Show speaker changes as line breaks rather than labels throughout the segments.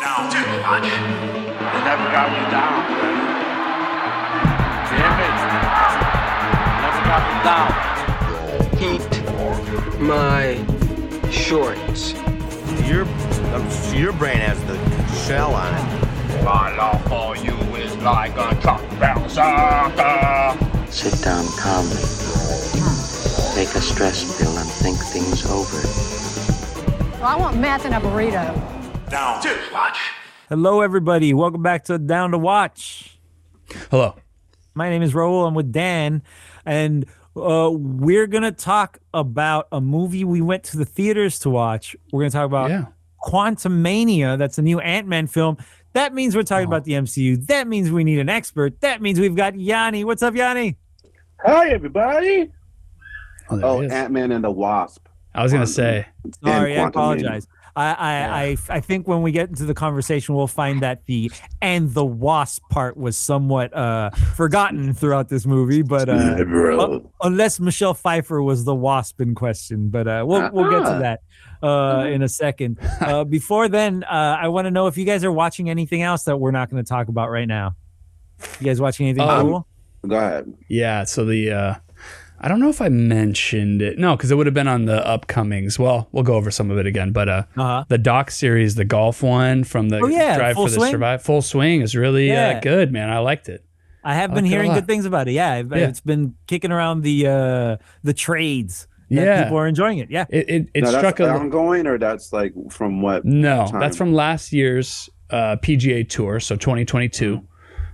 down too much. They never got me down. Damn it. Never got me down.
Eat my shorts.
Your your brain has the shell on it.
My love for you is like a tropical sucker.
Sit down calmly. Take a stress pill and think things over.
Well, I want meth and a burrito.
Down too much.
Hello, everybody. Welcome back to Down to Watch.
Hello.
My name is Raul. I'm with Dan, and uh, we're gonna talk about a movie we went to the theaters to watch. We're gonna talk about
Yeah.
Quantum Mania. That's a new Ant Man film. That means we're talking about the MCU. That means we need an expert. That means we've got Yanni. What's up, Yanni?
Hi, everybody.
Oh, there
Oh,
it is.
Ant Man and the Wasp.
I was gonna say
and
Sorry, I
Quantumania.
apologize. I, I, I, I think when we get into the conversation, we'll find that the and the wasp part was somewhat uh, forgotten throughout this movie. But uh,
Yeah, bro.
Well, unless Michelle Pfeiffer was the wasp in question, but uh, we'll we'll get to
Ah.
that uh, in a second. Uh, before then, uh, I want to know if you guys are watching anything else that we're not going to talk about right now. You guys watching anything
Um,
cool?
Go ahead.
yeah. So the uh, I don't know if I mentioned it. No, because it would have been on the upcomings. Well, we'll go over some of it again. But uh,
Uh-huh.
the doc series, the golf one from the
Oh, yeah,
Drive
Full
for the
Swing.
Survive, Full Swing is really
Yeah.
uh, good, man. I liked it.
I have
I
been
like that a
hearing good
lot.
things about it. Yeah, I've,
Yeah.
it's been kicking around the uh, the trades. That
Yeah.
people are enjoying it. Yeah,
It it, it
Now,
struck
that's
a
ongoing, or that's like from what?
No,
time.
that's from last year's uh, PGA Tour, so
Mm-hmm.
2022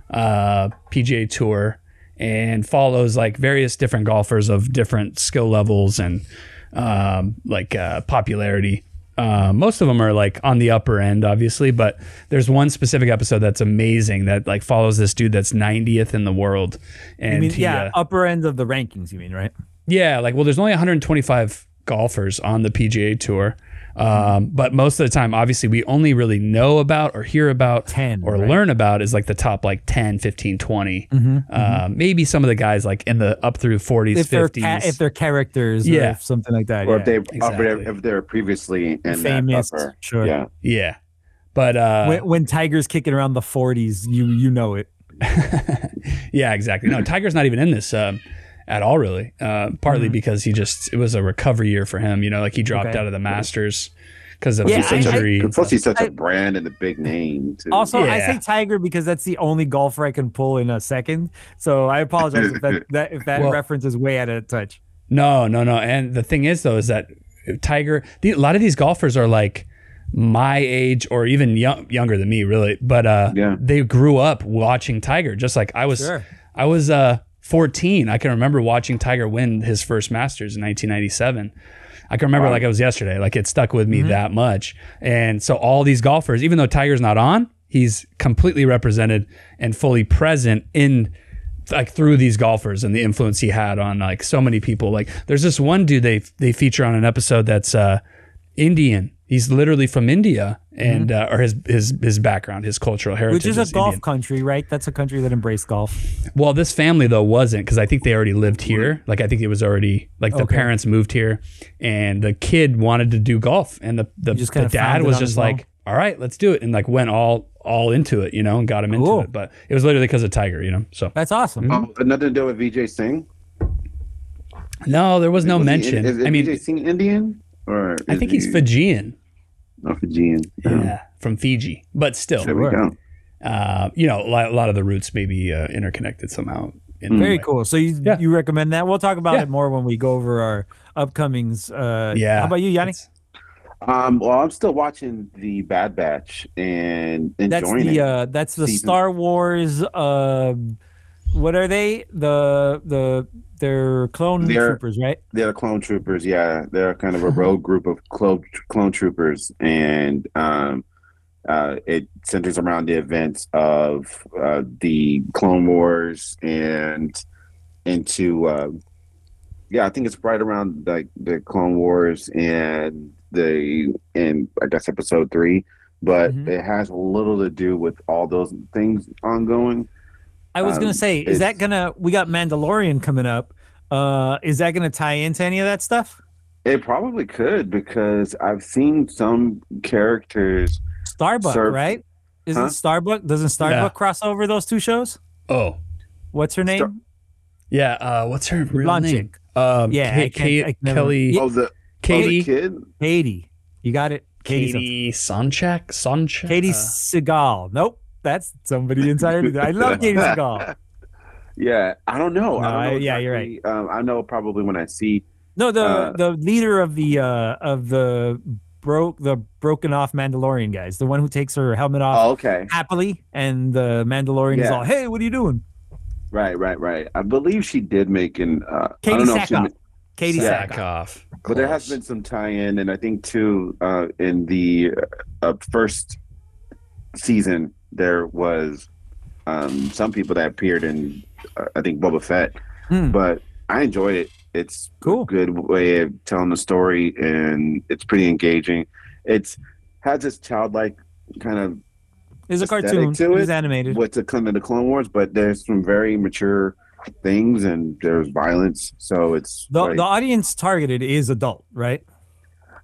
uh, PGA Tour, and follows like various different golfers of different skill levels and um, like uh, popularity. Uh, most of them are like on the upper end, obviously, but there's one specific episode that's amazing that like follows this dude that's 90th in the world, and
I mean,
he,
yeah,
uh,
upper end of the rankings. You mean right?
yeah, like well, there's only 125 golfers on the PGA Tour, um, but most of the time, obviously, we only really know about or hear about
10,
or
right? Mm-hmm,
learn about is like the top like 10, 15, 20. uh, Maybe some of the guys like in the up through 40s,
If they're
50s.
ca- if they're characters,
Yeah.
or if something like that,
Or
yeah.
if they
exactly.
if they're previously in
Famous,
that upper.
sure.
Yeah.
yeah, but uh,
when, when Tiger's kicking around the 40s, you you know it.
yeah, exactly. No, Tiger's not even in this um, at all, really. Uh, partly because he just it was a recovery year for him. You know, like he dropped
Mm-hmm. Okay.
out of the Masters because of
Yeah,
his
I- I-
injury.
And Plus, he's such
I-
a brand and a big name too.
Also, I say
Yeah.
Tiger because that's the only golfer I can pull in a second. So I apologize if that, that if that
Well-
reference is way out of touch.
No, no, no. And the thing is, though, is that Tiger, the, a lot of these golfers are like my age or even young, younger than me, really. But uh,
Yeah.
they grew up watching Tiger, just like I was.
Sure.
I was uh, 14. I can remember watching Tiger win his first Masters in 1997. I can remember like it was yesterday. Like it stuck with me
Mm-hmm.
that much. And so all these golfers, even though Tiger's not on, he's completely represented and fully present in like through these golfers and the influence he had on like so many people. Like there's this one dude they they feature on an episode that's uh Indian. He's literally from India and uh, or his his his background, his cultural heritage
Mm-hmm. Which is a golf
Indian.
country, right? That's a country that embraced golf.
Well, this family though wasn't because I think they already lived here. Like I think it was already like the
Okay.
parents moved here, and the kid wanted to do golf, and the the,
just
the
kinda found
dad
it
was
on his
just
own.
like, "All right, let's do it," and like went all all into it, you know, and got him into
Cool.
it. But it was literally because of Tiger, you know. So
That's awesome.
Mm-hmm.
Oh, but nothing to do with VJ Singh.
no, there was no
Was he-
mention.
is, is
I mean,
VJ Singh Indian or
I
is
think he's
he-
Fijian,
not Fijian. Oh,
yeah, from Fiji, but still,
There we go.
uh, you know, li- a lot of the roots may be uh, interconnected somehow. In
Very
a way.
cool. So you
Yeah.
you recommend that? We'll talk about
Yeah.
it more when we go over our upcomings. Uh,
Yeah.
How about you, Yanni?
It's-
Um, well, I'm still watching the Bad Batch and enjoying
That's
it.
the uh, that's the
Season.
Star Wars. Uh, what are they? The the they're clone
They're-
troopers, right?
They're clone troopers, yeah. They're kind of a rogue group of clone clone troopers, and um, uh, it centers around the events of uh, the Clone Wars and into uh, yeah, I think it's right around like the Clone Wars and the and I guess Episode Three, but
Mhm.
it has little to do with all those things ongoing.
I was gonna
Um,
say, is that
it's-
gonna? We got Mandalorian coming up. Uh, is that gonna tie into any of that stuff?
It probably could because I've seen some characters
Starbuck,
Sir-
right? Isn't
Huh?
Starbuck doesn't Starbuck cross over those two shows?
Oh,
What's her name?
Star-
yeah. Uh, what's her real
Blonde
name?
chick.
Um,
Yeah, I
Ka-
can't- I
Ka-
never-
Kelly,
Yeah.
Oh, the, oh,
Katie,
the kid.
Katie. You got it. Katie's a-
Katie Sonchak, Sonchak,
Katie
Uh,
Seagal. Nope. That's somebody entirely. I love Katie Seagal.
Yeah, I don't know.
No,
I
I-
don't know
yeah, you're right.
exactly. Um, I know probably when I see.
No, the
Uh,
the leader of the uh of the broke the broken off Mandalorian guys, the one who takes her helmet off
Oh, okay.
happily, and the Mandalorian is
Yeah.
all, "Hey, what are you doing?"
Right, right, right. I believe she did make an. Uh, I
Katie
don't know if she
Sackhoff.
ma-
Katie
Yeah.
Sackhoff.
Sackhoff.
But there has
Close.
been some tie-in, and I think too uh, in the uh, first season there was um, some people that appeared in uh, I think Boba Fett,
Hmm.
but I enjoyed it. It's
Cool.
a good way of telling the story, and it's pretty engaging. It's has this childlike kind of
There's a
aesthetic
cartoon.
to
It was
it.
animated.
what's the kind of the Clone Wars, but there's some very mature things, and there's violence. So it's
The,
like-
the audience targeted is adult, right?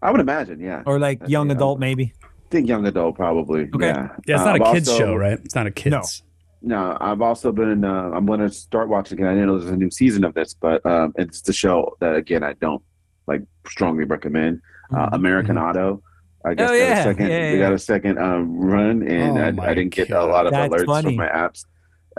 I would imagine, yeah.
Or like
That's-
young
yeah.
adult, maybe.
think young adult probably.
Okay.
Yeah,
Yeah,
Um,
it's
Uh,
not
I've
a kids
also-
show, right? It's not a kids.
No, I've also been. Uh, I'm going to start watching again. I know there's a new season of this, but um, it's the show that again I don't like strongly recommend. Uh, American Auto. I guess
Mm-hmm. Oh,
they got a
yeah.
second,
Yeah,
they
yeah.
got a second um, run, and
Oh,
I,
my
I didn't get a
God.
lot of
That's
alerts
funny.
from my apps.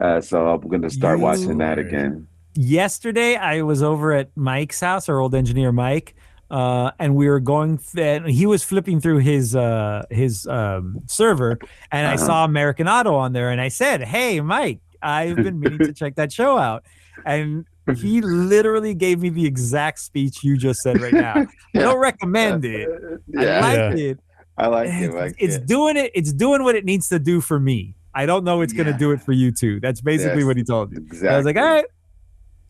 Uh, so I'm going to start
You-
watching that again.
Yesterday, I was over at Mike's house, our old engineer Mike, uh, and we were going. Th- and he was flipping through his uh, his um, server, and I
Uh-huh.
saw American Auto on there, and I said, "Hey, Mike, I've been meaning to check that show out," and he literally gave me the exact speech you just said right now. I
Yeah.
don't recommend it.
yeah,
I
I,
liked it.
like it.
it's,
Like
it's
it.
doing it. It's doing what it needs to do for me. I don't know it's going to
Yeah.
do it for you too. That's basically
Yes,
what he told me.
exactly.
I was like, all right,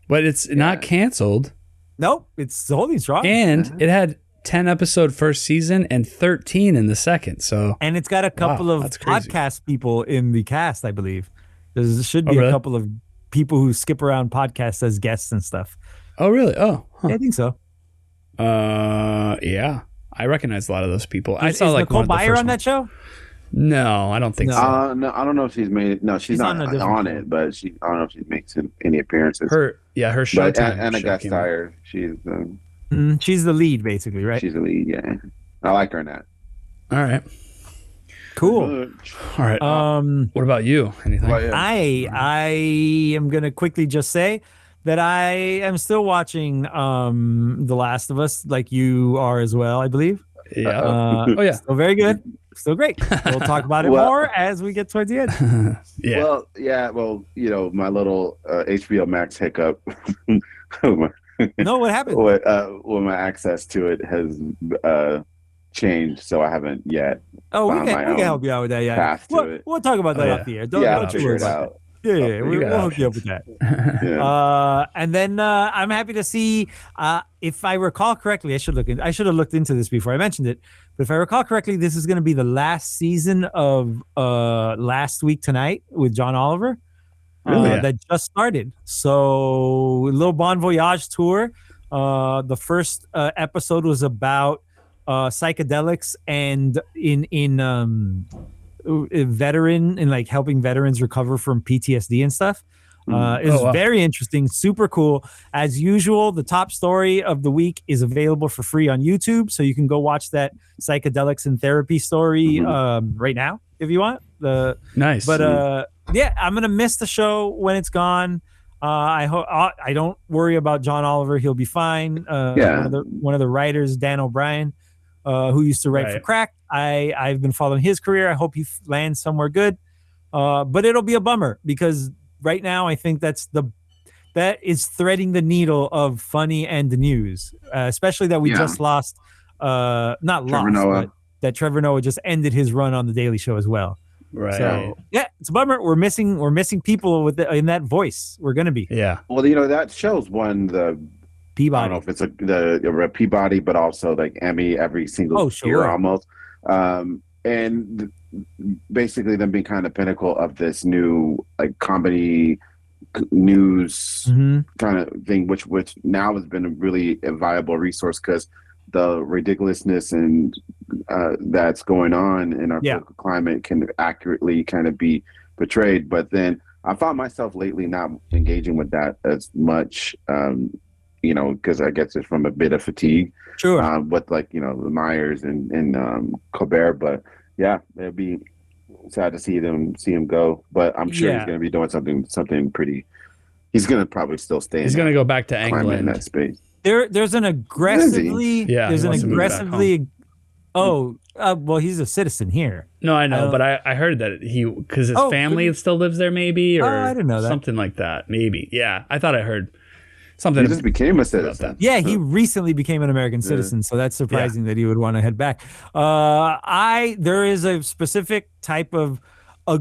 But it's not canceled.
nope, it's holding strong, and,
And it had 10 episode first season and 13 in the second. So
it's got a couple
Wow,
of
that's crazy.
podcast people in the cast, I believe. There should
Oh,
be a
really?
couple of people who skip around podcasts as guests and stuff.
Oh really? Oh. huh.
Yeah, I think so.
Uh yeah. I recognize a lot of those people. I
Is-
saw
is
like
Nicole
one of the
Byer
first
on that
ones.
show.
No, I don't think
No.
so.
Uh, no, I don't know if she's made it. No, she's,
She's
not
on a
on,
different show.
it, but she. I don't know if she makes any appearances.
Her yeah, her show.
but Anna, Anna Gasteyer, she's um,
Mm, she's the lead, basically, right?
she's the lead. Yeah, I like her in that.
All right.
cool.
All right.
Um,
what about you? Anything?
Well, yeah.
I I am gonna quickly just say that I am still watching um The Last of Us, like you are as well, I believe.
yeah.
Uh,
oh yeah.
still very good, still great. We'll talk about it
Well-
more as we get towards the end.
yeah.
Well, yeah. Well, you know, my little uh, HBO Max hiccup
No, what happened?
with, uh, with my access to it has uh, changed, so I haven't yet
Oh, we
on
can,
my
we can
own
help you out with that. Yeah,
path to
we'll,
it. Uh,
we'll talk about that
Oh,
off the air. Don't,
yeah, I'll
don't you
figure
worry
it
about
out.
that. Yeah, yeah,
figure
we,
it
we'll
out.
hook you up with that.
Yeah.
Uh, and then uh, I'm happy to see uh, if I recall correctly, I should look. In, I should have looked into this before I mentioned it. But if I recall correctly, this is going to be the last season of uh, Last Week Tonight with John Oliver uh,
Really? Yeah.
that just started. So a little Bon Voyage tour. Uh, the first uh, episode was about uh, psychedelics and in in um, uh, veteran and like helping veterans recover from PTSD and stuff. Uh, it was
Oh, wow.
very interesting, super cool. As usual, the top story of the week is available for free on YouTube, so you can go watch that psychedelics and therapy story
Mm-hmm.
Mhm.
um, right now if you want. The
nice.
but uh, yeah, I'm gonna miss the show when it's gone. Uh, I hope I I don't worry about John Oliver; he'll be fine. Uh,
Yeah.
one of the one of the writers, Dan O'Brien, uh, who used to write for
Right.
Crack. I I've been following his career. I hope he f- lands somewhere good. Uh, but it'll be a bummer because right now I think that's the that is threading the needle of funny and the news, uh, especially that we
Yeah.
just lost. Uh, not
Trevor
lost,
Noah.
but that Trevor Noah just ended his run on the Daily Show as well.
right.
So yeah, it's a bummer. We're missing we're missing people with the, in that voice. We're gonna be
yeah.
Well, you know that show's won the I don't know
Peabody.
if it's a the or a Peabody, but also like Emmy every single
Oh, sure.
year almost. Um, and th- basically them being kind of pinnacle of this new like comedy c- news
Mhm.
kind of thing, which which now has been a really a viable resource because the ridiculousness and uh, that's going on in our
Yeah.
political climate can accurately kind of be portrayed. But then I found myself lately not engaging with that as much, um, you know, because I guess it's from a bit of fatigue
Sure.
um, with like you know the Myers and and um, Colbert. But yeah, it'd be sad to see them see him go. But I'm sure
Yeah.
he's gonna be doing something something pretty. He's gonna probably still stay.
He's
in
going to go back to
that climate in that
England.
space.
There, there's an aggressively.
Yeah, he
There's an
wants to move back
aggressively. Oh, uh, well, he's a citizen here.
No, I know,
Oh.
but I, I heard that he because his
Oh,
family
good.
still lives there, maybe or
Oh, I didn't know that.
something like that. Maybe, yeah. I thought I heard
He
something.
just became a
that.
citizen.
Yeah, he recently became an American citizen, so that's surprising that he would want to head back. Uh, I there is a specific type of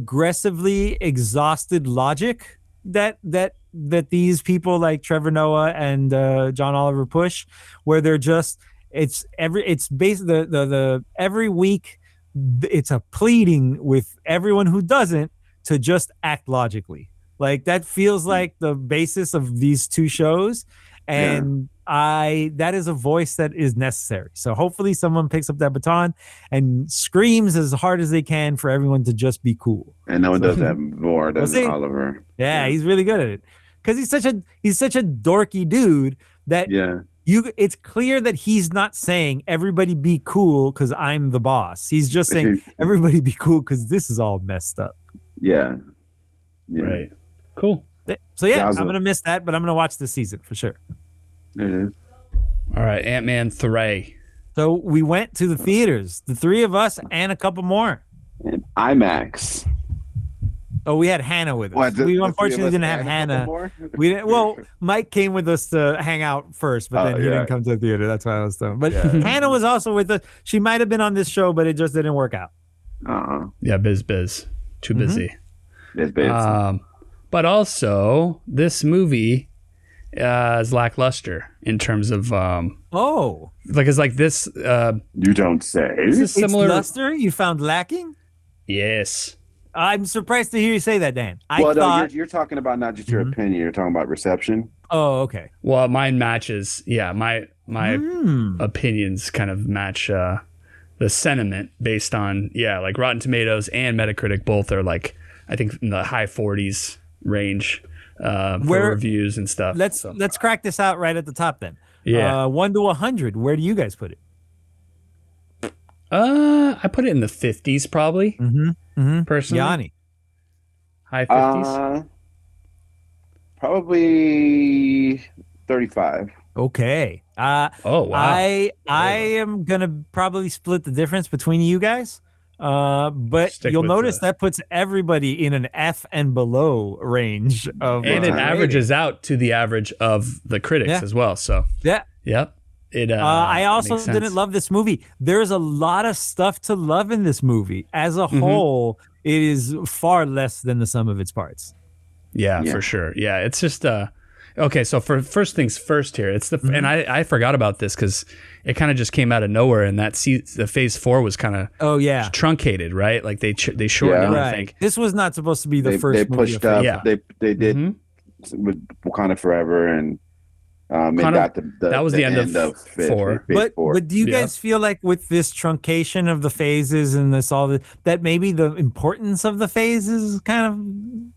aggressively exhausted logic that that that these people like Trevor Noah and uh, John Oliver push, where they're just it's every it's basically the the, the every week th- it's a pleading with everyone who doesn't to just act logically. Like that feels like the basis of these two shows and I that is a voice that is necessary. So hopefully someone picks up that baton and screams as hard as they can for everyone to just be cool.
and no one does that more than
We'll see.
Oliver.
Yeah, he's really good at it. Cuz he's such a he's such a dorky dude that
Yeah,
you it's clear that he's not saying everybody be cool cuz I'm the boss. He's just saying everybody be cool cuz this is all messed up.
yeah, yeah.
Right. Cool.
Th- So yeah,
Yowza.
I'm going to miss that, but I'm going to watch this season for sure.
It is.
All right, Ant Man three.
So we went to the theaters, the three of us and a couple more.
And IMAX.
Oh, we had Hannah with us.
What, the- the three
we
of
unfortunately
us
didn't have
added
Hannah.
more?
We didn't. Well, Mike came with us to hang out first, but
Oh,
then he
yeah.
didn't come to the theater. That's why I was done. But
Yeah.
Hannah was also with us. She might have been on this show, but it just didn't work out.
Uh-uh.
Yeah, biz biz, too
Mhm.
busy.
It's bad.
uh,
Um, but also this movie uh, is lackluster in terms of um,
Oh,
like it's like this. Uh,
you don't say.
this is similar.
it's luster you found lacking.
yes.
I'm surprised to hear you say that, Dan. I
well, no,
thought. Mm-hmm.
you're, you're talking about not just your opinion. You're talking about reception.
oh, okay.
Well, mine matches. Yeah, my my
Hmm.
opinions kind of match uh, the sentiment based on yeah, like Rotten Tomatoes and Metacritic both are like I think in the high 40s range uh, for
Where-
reviews and stuff.
Let's
So,
let's crack this out right at the top then.
yeah.
Uh, one to hundred. Where do you guys put it?
Uh, I put it in the 50s probably
Mm-hmm. Mm-hmm.
personally.
Yanni.
High 50s.
Uh, probably 35.
Okay. Uh,
oh wow.
I I
There you
am gonna probably split the difference between you guys. Uh, but
Stick
you'll
with
notice
the-
that puts everybody in an F and below range of
and it
uh,
averages out to the average of the critics
Yeah.
as well. So
Yeah.
yep. It. Uh,
Uh, I also
makes sense.
didn't love this movie. There's a lot of stuff to love in this movie. As a
Mm-hmm.
whole, it is far less than the sum of its parts.
Yeah,
Yeah.
for sure. Yeah, it's just uh okay. So for first things first here, it's the and
Mm-hmm.
I I forgot about this because it kind of just came out of nowhere, and that se- the phase four was kind of
Oh yeah,
truncated, right? Like they ch- they shortened
Yeah.
it, I
right.
think.
This was not supposed to be the
They,
first.
they
movie
pushed
of-
up.
Yeah.
They they did
Mhm.
with Wakanda Forever and um, it
Wakanda-
got the, the
that was the end of
Phase-
four.
Phase
but,
four.
but do you
Yeah.
guys feel like with this truncation of the phases and this all the, that maybe the importance of the phases is kind of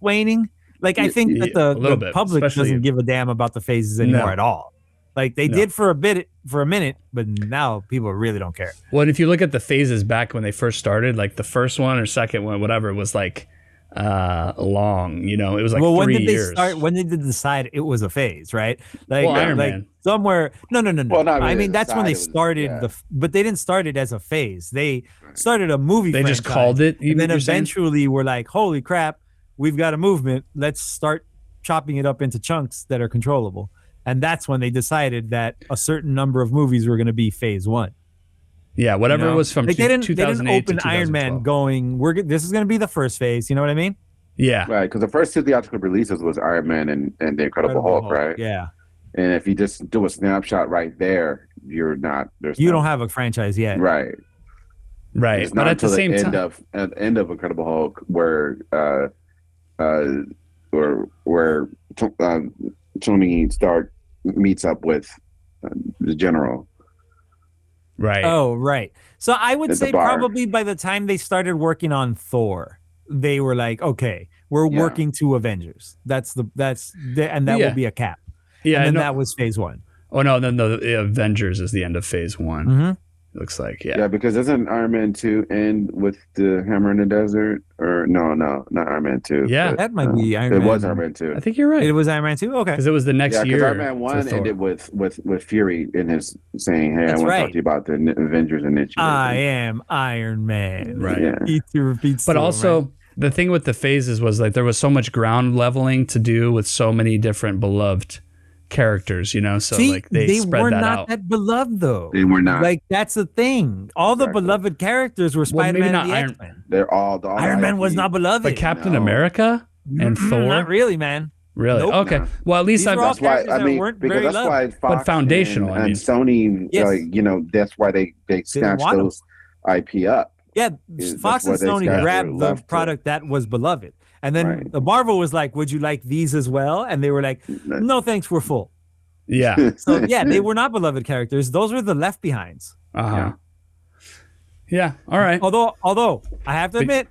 waning? Like I
Yeah,
think
yeah,
that the,
a little
the
bit,
public
especially-
doesn't give a damn about the phases anymore
No.
at all. Like they
No.
did for a bit for a minute, but now people really don't care.
Well, and if you look at the phases back when they first started, like the first one or second one, whatever, was like uh long. You know, it was like
well, when
three
did
years.
they start? When did they decide it was a phase? Right? Like,
Well, Iron
like
Man.
somewhere. No, no, no, no.
Well, not
I
really
mean, that's when they
decide, it was-
started
yeah.
the, f- but they didn't start it as a phase. They started a movie.
they just
franchise.
called it. You,
and then
you're saying?
eventually we're like, holy crap, we've got a movement. Let's start chopping it up into chunks that are controllable. And that's when they decided that a certain number of movies were going to be phase one.
yeah,
you
whatever
know?
was from
like
two,
they didn't, they didn't
2008
open
to
Iron Man
2012.
going, we're g- this is going to be the first phase. You know what I mean?
Yeah,
right, because the first two theatrical releases was Iron Man and, and the Incredible, Hulk, right?
Yeah.
And if you just do a snapshot right there, you're not. There's
You
no-
don't have a franchise yet.
right.
right.
It's
But
not
at the
until the,
same
end
time,
of at the end of Incredible Hulk where uh uh where where T- um, uh, Tony Stark meets up with um, the general.
Right.
Oh, right. So I would
At the
say
bar.
probably by the time they started working on Thor, they were like, okay, we're
Yeah.
working to Avengers. That's the that's the, and that
Yeah.
will be a cap.
yeah.
and then
no-
that was phase one.
oh no, no, no. the Avengers is the end of Phase One.
Mhm.
Looks like
Yeah.
yeah.
because doesn't Iron Man two end with the hammer in the desert? Or no, no, not Iron Man two.
Yeah.
That might be Iron
it
Man.
was Iron Man two.
I think you're right
It was Iron Man two. Okay.
because it was the next
Yeah, because
year.
Iron Man
to
one
Thor.
ended with with with Fury in his saying, "Hey,
That's
I want to
right. Ah,
talk to you about the n- Avengers initiative."
I am Iron Man.
Right.
Yeah.
Eat your repeats.
but
to him,
also
right?
the thing with the phases was like there was so much ground leveling to do with so many different beloved characters you know so
See,
like they, spread
were
that
not
out
that beloved though.
They were not.
Like that's the thing. All the
Exactly.
beloved characters were
Well,
Spider Man
maybe not
and the
Iron-
X Men.
They're all the all the
Iron Man was
IP.
not beloved.
but captain
No.
america and
Mm-mm,
thor
Not really, man.
really
Nope.
okay
No.
well at least
These
i've
were all
That's why
characters
I
that
mean
weren't
because
very
that's
loved.
why Fox
foundational, I
and,
mean.
and Sony,
Yes.
like you know, that's why they they snatched
want 'em.
those IP up.
Yeah,
Yeah, that's
Fox and
what they
Sony
got.
grabbed the
Left to-
product that was beloved, and then
Right.
the Marvel was like, "Would you like these as well?" And they were like, "No, thanks, we're full."
yeah
So yeah, they were not beloved characters; those were the left behinds.
uh-huh yeah, all right
Although, although I have to
But-
admit,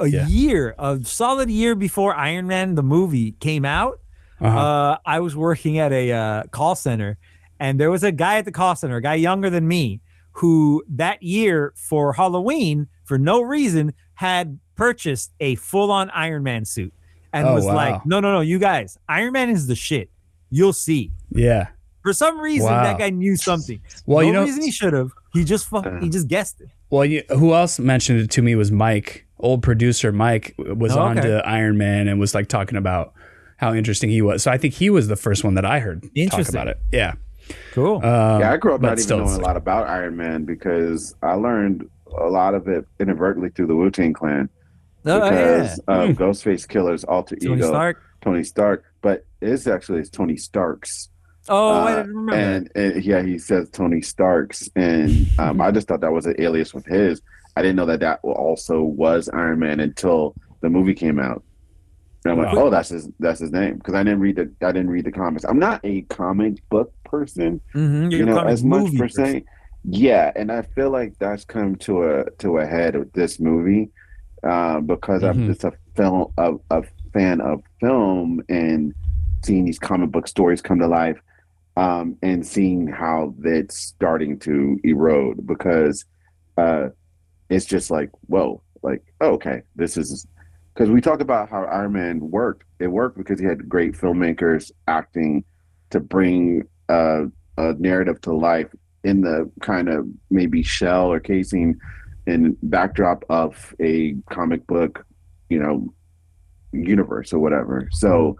a
Yeah.
year, a solid year before Iron Man the movie came out,
uh-huh.
uh, I was working at a uh, call center, and there was a guy at the call center, a guy younger than me, who that year for Halloween, for no reason, had purchased a full on Iron Man suit and
Oh,
was
wow.
like, no, no, no, you guys, Iron Man is the shit. You'll see.
yeah
For some reason,
Wow.
that guy knew something.
well
no
you know
reason he should have. He just fuck, he just guessed it.
Well, you, who else mentioned it to me was Mike, old producer Mike was
Oh,
on
okay.
to Iron Man and was like talking about how interesting he was. So I think he was the first one that I heard talk
Interesting.
about it. Yeah.
Cool.
Um,
yeah, I grew up
but
not even
still,
knowing
it's
a
like-
lot about Iron Man because I learned a lot of it inadvertently through the Wu Tang Clan
oh, yeah.
because of
Hmm.
Ghostface Killer's alter
Tony
ego
Stark.
Tony Stark, but it's actually it's Tony Stark's.
Oh, I
Uh,
didn't remember. that.
and, and yeah, he says Tony Stark's, and um, I just thought that was an alias with his. I didn't know that that also was Iron Man until the movie came out. And I'm like,
Wow.
oh, that's his that's his name because I didn't read the I didn't read the comics. I'm not a comic book person,
Mhm,
you
you're
know,
comic
as much
movie
per
person.
se. Yeah, and I feel like that's come to a to a head with this movie uh, because
Mhm.
I'm just a film a, a fan of film and seeing these comic book stories come to life um, and seeing how that's starting to erode because uh, it's just like whoa, like oh, okay, this is because we talk about how Iron Man worked. It worked because he had great filmmakers acting to bring uh, a narrative to life in the kind of maybe shell or casing and backdrop of a comic book, you know, universe or whatever. So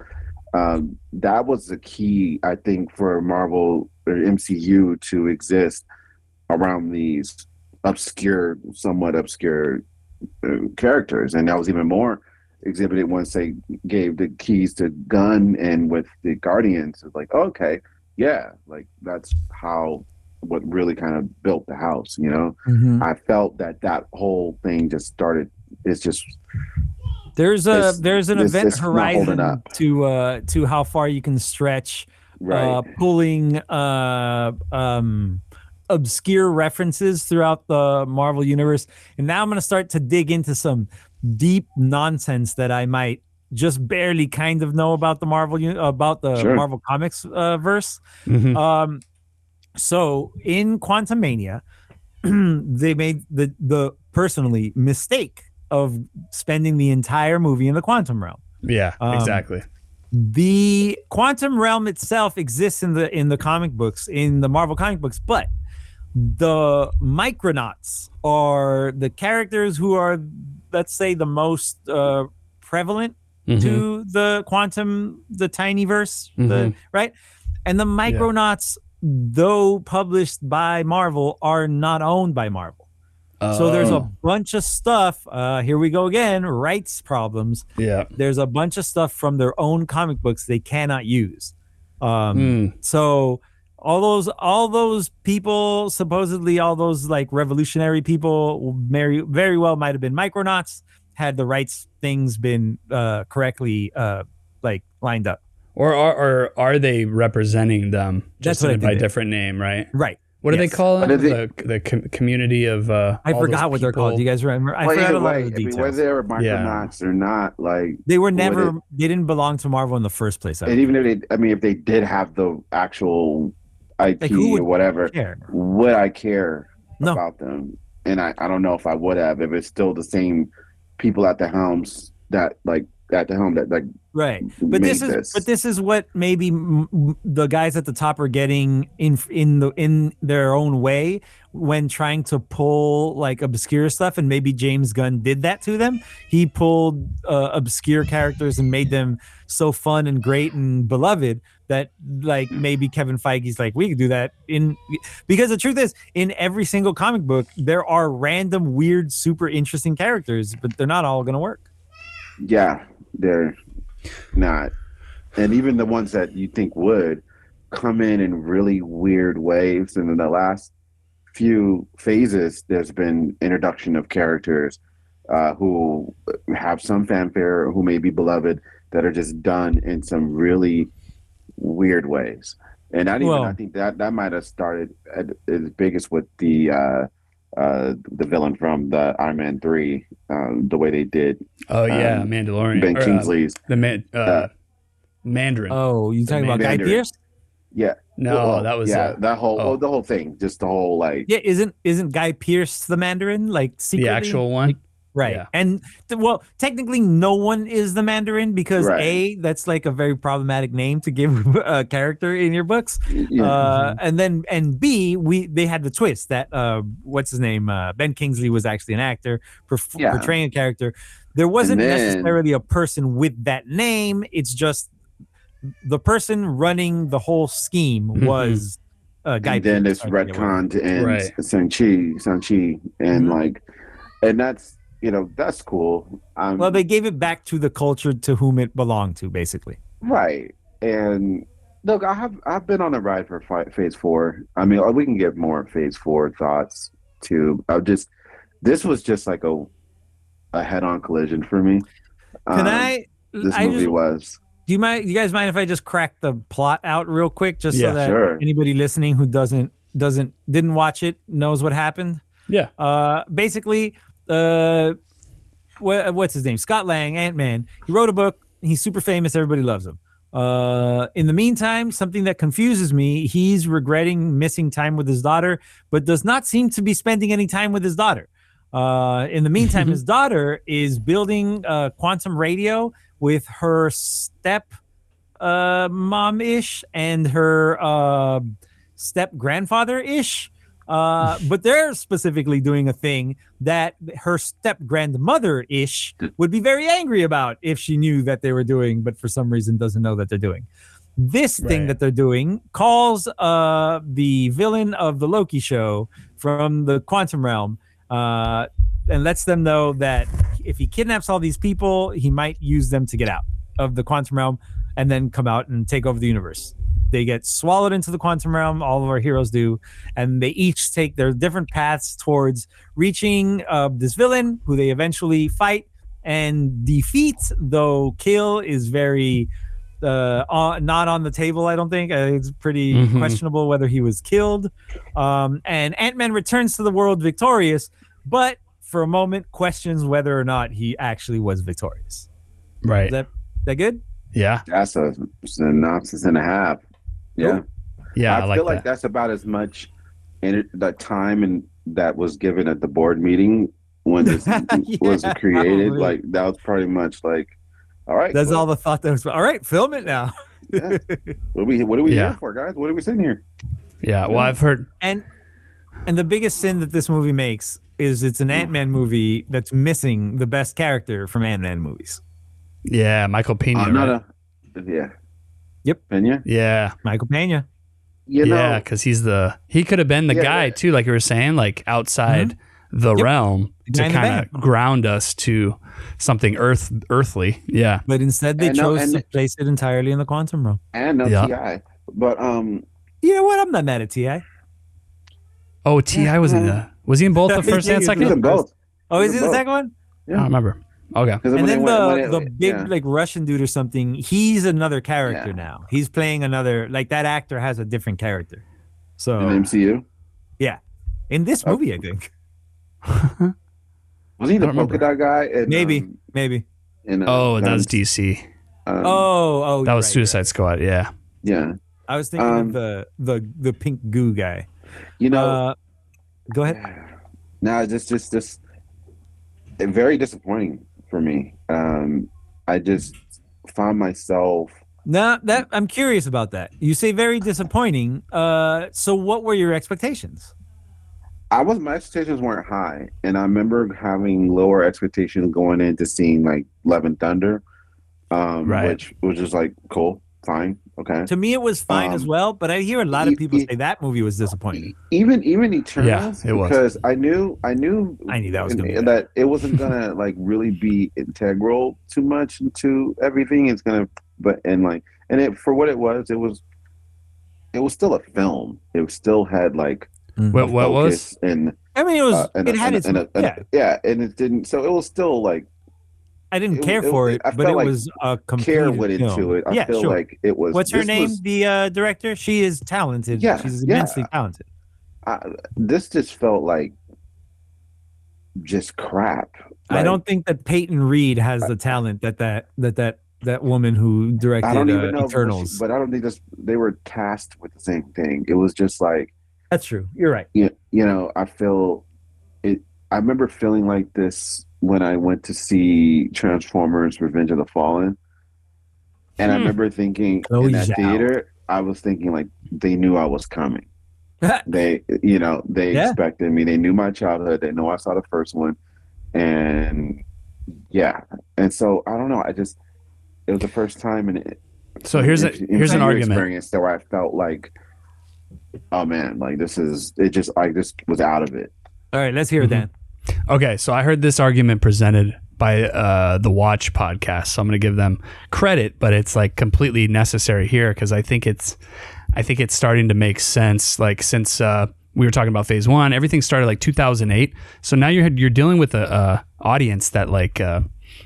um, that was the key, I think, for Marvel or MCU to exist around these obscure, somewhat obscure uh, characters, and that was even more exhibited once they gave the keys to Gun and with the Guardians. It's like, okay, yeah, like that's how what really kind of built the house, you know.
Mhm.
I felt that that whole thing just started. It's just
There's a
It's-
there's an
it's-
event
it's not holding
horizon
up.
to uh to how far you can stretch
right.
uh pulling uh um obscure references throughout the Marvel universe. And now I'm going to start to dig into some deep nonsense that I might just barely kind of know about the Marvel uni- about the
Sure.
Marvel comics uh, verse.
Mhm.
Um, so in Quantumania, they made the the personally mistake of spending the entire movie in the quantum realm.
yeah,
um,
exactly.
The quantum realm itself exists in the in the comic books, in the Marvel comic books, but the Micronauts are the characters who are, let's say, the most uh, prevalent
Mhm.
to the quantum, the tiny verse, the,
Mhm.
right? And the Micronauts, though published by Marvel, are not owned by Marvel. So there's a
Oh,
bunch of stuff. Uh, here we go again rights problems.
yeah.
There's a bunch of stuff from their own comic books they cannot use. Um,
Mm.
so all those all those people supposedly all those like revolutionary people very very well might have been micronauts had the rights things been uh correctly uh like lined up.
Or are or are they representing them
That's
just
what I
by a
did.
different name, right?
Right.
What do
Yes.
they call it?
What is it?
The, the com- community of. Uh,
I
all those
forgot what they're called.
people.
Do you guys remember? I
Well,
forgot
either
a lot
way,
of the
I mean,
details.
whether they were
Yeah.
micronauts or not, like,
they were
what
never.
it-
They didn't belong to Marvel in the first place. I
and even if they, I mean, if they did have the actual IP
Like, who would
or whatever,
don't care.
would I care
No.
about them? And I, I don't know if I would have if it's still the same people at the helms that like at the helm that like
Right. but
made
this is but this is what maybe m- m- the guys at the top are getting in in the in their own way when trying to pull like obscure stuff and maybe James Gunn did that to them he pulled uh, obscure characters and made them so fun and great and beloved that like maybe Kevin Feige's like we could do that in because the truth is in every single comic book there are random weird super interesting characters but they're not all going to work
yeah, they're not. And even the ones that you think would come in in really weird waves. And in the last few phases, there's been introduction of characters uh, who have some fanfare, who may be beloved, that are just done in some really weird ways. And I didn't
Well-
even, I think that that might have started at its biggest with the uh, uh, the villain from the Iron Man three, um, the way they did
Oh yeah,
um,
Mandalorian.
Ben
or, uh,
Kingsley's.
the man, uh,
uh,
Mandarin.
oh you talking about Guy
Mandarin.
Pearce
no,
Well,
that was.
yeah,
uh,
that whole
oh.
oh, the whole thing, just the whole like
Yeah, isn't isn't Guy Pierce the Mandarin like secretly?
the actual one.
right?
yeah.
And th- well, technically, no one is the Mandarin because
Right.
a that's like a very problematic name to give a character in your books.
you know,
Uh,
Mm-hmm.
and then and b we they had the twist that uh, what's his name uh, Ben Kingsley was actually an actor perf-
Yeah.
portraying a character. There wasn't
then-
necessarily a person with that name. It's just the person running the whole scheme
Mhm.
was uh, Guy.
and then
Pearce.
there's
I forget what-
retcon to end
Right.
Shang Chi, Shang Chi, and
Mhm.
like, and that's you know that's cool. Um,
Well, they gave it back to the culture to whom it belonged to, basically.
right and look, I have I've been on a ride for fi- Phase Four. I mean, uh, we can get more Phase Four thoughts too. I just this was just like a a head on collision for me. Um,
Can I?
This
I
movie
just,
was
do you mind? You guys mind if I just crack the plot out real quick, just
Yeah,
so that
sure.
anybody listening who doesn't doesn't didn't watch it knows what happened?
Yeah.
Uh, basically, uh, wha- what's his name? Scott Lang, Ant Man. He wrote a book. He's super famous. Everybody loves him. Uh, in the meantime, something that confuses me, he's regretting missing time with his daughter, but does not seem to be spending any time with his daughter. Uh, in the meantime, his daughter is building uh, quantum radio with her step uh, mom ish and her uh, step grandfather ish. Uh, but they're specifically doing a thing that her step grandmother ish would be very angry about if she knew that they were doing, but for some reason doesn't know that they're doing. This thing
Right.
that they're doing calls uh, the villain of the Loki show from the quantum realm uh, and lets them know that if he kidnaps all these people, he might use them to get out of the quantum realm and then come out and take over the universe. They get swallowed into the quantum realm, all of our heroes do, and they each take their different paths towards reaching uh, this villain who they eventually fight and defeat, though kill is very uh, on, not on the table, I don't think. Uh, it's pretty
Mhm.
questionable whether he was killed. Um, and Ant Man returns to the world victorious, but for a moment questions whether or not he actually was victorious.
Right.
Is that, that good?
yeah.
that's a synopsis and a half. Yeah.
Yeah. I,
I,
like,
feel
that.
like that's about as much in the time and that was given at the board meeting when this was
Yeah,
created.
probably.
Like that was pretty much like, all right,
That's
what,
all the thought that was. All right, film it now.
What are we what are we
Yeah.
here for, guys? What are we sitting here?
Yeah. Well, I've heard.
And and the biggest sin that this movie makes is it's
Hmm.
an Ant Man movie that's missing the best character from Ant Man movies.
Yeah, Michael Pena.
I'm not
right?
a, yeah.
Yep.
Pena.
yeah.
Michael Pena.
You know,
yeah, because he's the he could have been the
Yeah,
guy
yeah.
too, like you were saying, like outside the
Mm-hmm. Yep.
realm
guy
to
in the
kind of ground us to something earth earthly. Yeah,
But instead, they
And no-
chose
and-
to place it entirely in the quantum realm.
and no
Yeah.
Ti, but um,
You know what? I'm not mad at Ti.
Oh, Ti was in the was he in both the first and
Yeah,
he's in
second?
both.
Oh, is he
He's
the
both.
second one?
I don't remember. Okay,
'Cause
And
when
then
they went- when
the, the
it-
big
yeah.
like Russian dude or something. He's another character
Yeah.
now. He's playing another like that actor has a different character. So
in the MCU.
in this
Oh.
movie, I think.
Was he the
I don't
polka dot guy? in,
Maybe.
um,
Maybe.
in, uh,
Oh, that
Guns?
was DC.
Um,
Oh, oh,
That
you're
was
right,
Suicide Squad. Yeah.
yeah.
right. I was thinking
Um, Oh,
of the the the pink goo guy.
You know,
Uh, go ahead.
No, it's just just just eh, very disappointing for me. Um, I just found myself.
Now that I'm curious about that, you say very disappointing. Uh, so what were your expectations?
I was my expectations weren't high, and I remember having lower expectations going into seeing like Love and Thunder, um,
Right.
which was just like cool, fine, okay.
To me, it was fine as
Um,
well, but I hear a lot of
y-
people
y-
say that movie was disappointing.
E, Even even Eternals,
Yeah, it was.
because I knew I knew
I knew that was gonna be
that. it wasn't gonna like really be integral too much into everything. It's gonna but and like and it for what it was, it was it was still a film. It still had like
What, what was?
focus and
I mean, it was
uh, and
it
a-
had
and a-
its
and a- and
yeah.
a- yeah, and it didn't. So it was still like
I didn't
it-
care
it-
for
it-
it,
I
but
felt
it
like
was a complete
care went into it. I
yeah,
feel
sure.
like it was.
What's her
this
name?
was-
the uh, director. She is talented.
Yeah,
she's
yeah.
immensely talented.
I, this just felt like just crap.
I
Like,
don't think that Peyton Reed has the talent that that that that that woman who directed
I don't
uh,
even know, if she-
Eternals.
but I don't think this. They were tasked with the same thing. It was just like
That's true. You're right.
you, you know. I feel it. I remember feeling like this when I went to see Transformers: Revenge of the Fallen, and I
Hmm.
remember thinking
Oh,
in that
yeah.
theater, I was thinking like they knew I was coming. they you know they
Yeah.
expected me they knew my childhood they know i saw the first one and yeah and so i don't know i just it was the first time in
So here's a,
in- in
here's an
theater
argument.
experience that where i felt like oh man like this is it just i just was out of it
All right, let's hear
Mm-hmm.
it then.
Okay, so I heard this argument presented by uh, the Watch podcast, so I'm going to give them credit, but it's like completely necessary here because I think it's, I think it's starting to make sense. Like since uh, we were talking about Phase One, everything started like 2008, so now you're you're dealing with a, uh audience that like uh,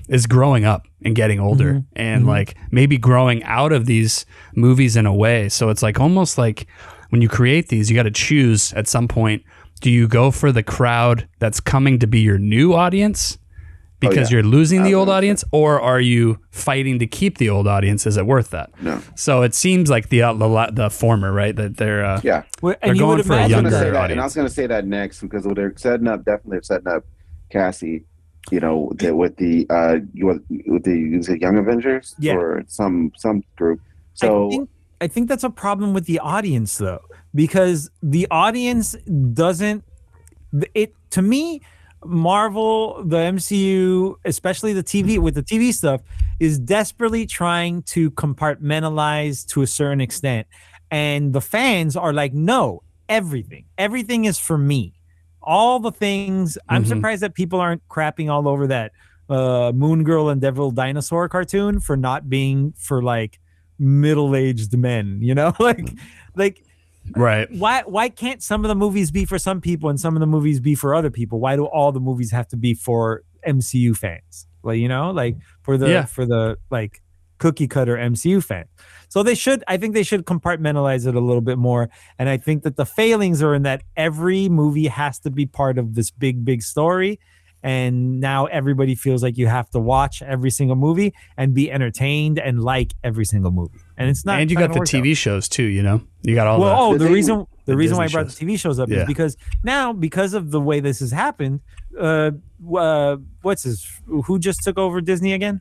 is growing up and getting older, and like maybe growing out of these movies in a way. So it's like almost like when you create these, you got to choose at some point. Do you go for the crowd that's coming to be your new audience because
yeah.
you're losing the old
Absolutely.
audience, or are you fighting to keep the old audience? Is it worth that?
no
So it seems like the uh, the, la- the former, right? That they're uh,
yeah
Well,
They're
and you
going
would
for a
I was gonna
imagine
younger
say
that-
that, and i was going to say that next because what they're setting up definitely they're setting up cassie you know that with the uh you want- with the is it young avengers
Yeah.
or some some group so
I think, I think that's a problem with the audience though, because the audience doesn't th- it to me Marvel, the MCU, especially the TV with the TV stuff is desperately trying to compartmentalize to a certain extent. And the fans are like, "No, everything. Everything is for me." All the things. I'm
Mhm.
surprised that people aren't crapping all over that uh, Moon Girl and Devil Dinosaur cartoon for not being for like middle-aged men, you know? like like
right.
why why can't some of the movies be for some people and some of the movies be for other people? Why do all the movies have to be for MCU fans? Like you know, like for the
Yeah.
for the like cookie cutter MCU fan. So they should I think they should compartmentalize it a little bit more. And I think that the failings are in that every movie has to be part of this big, big story. And now everybody feels like you have to watch every single movie and be entertained and like every single movie. And it's not
and you
not
got
gonna
the
work that way.
TV shows too. You know, you got all
Well,
the
oh, the,
The thing-
reason the,
the
reason why I
Disney
brought the TV shows up
Yeah.
is because now because of the way this has happened, uh, w- uh, what's his who just took over Disney again?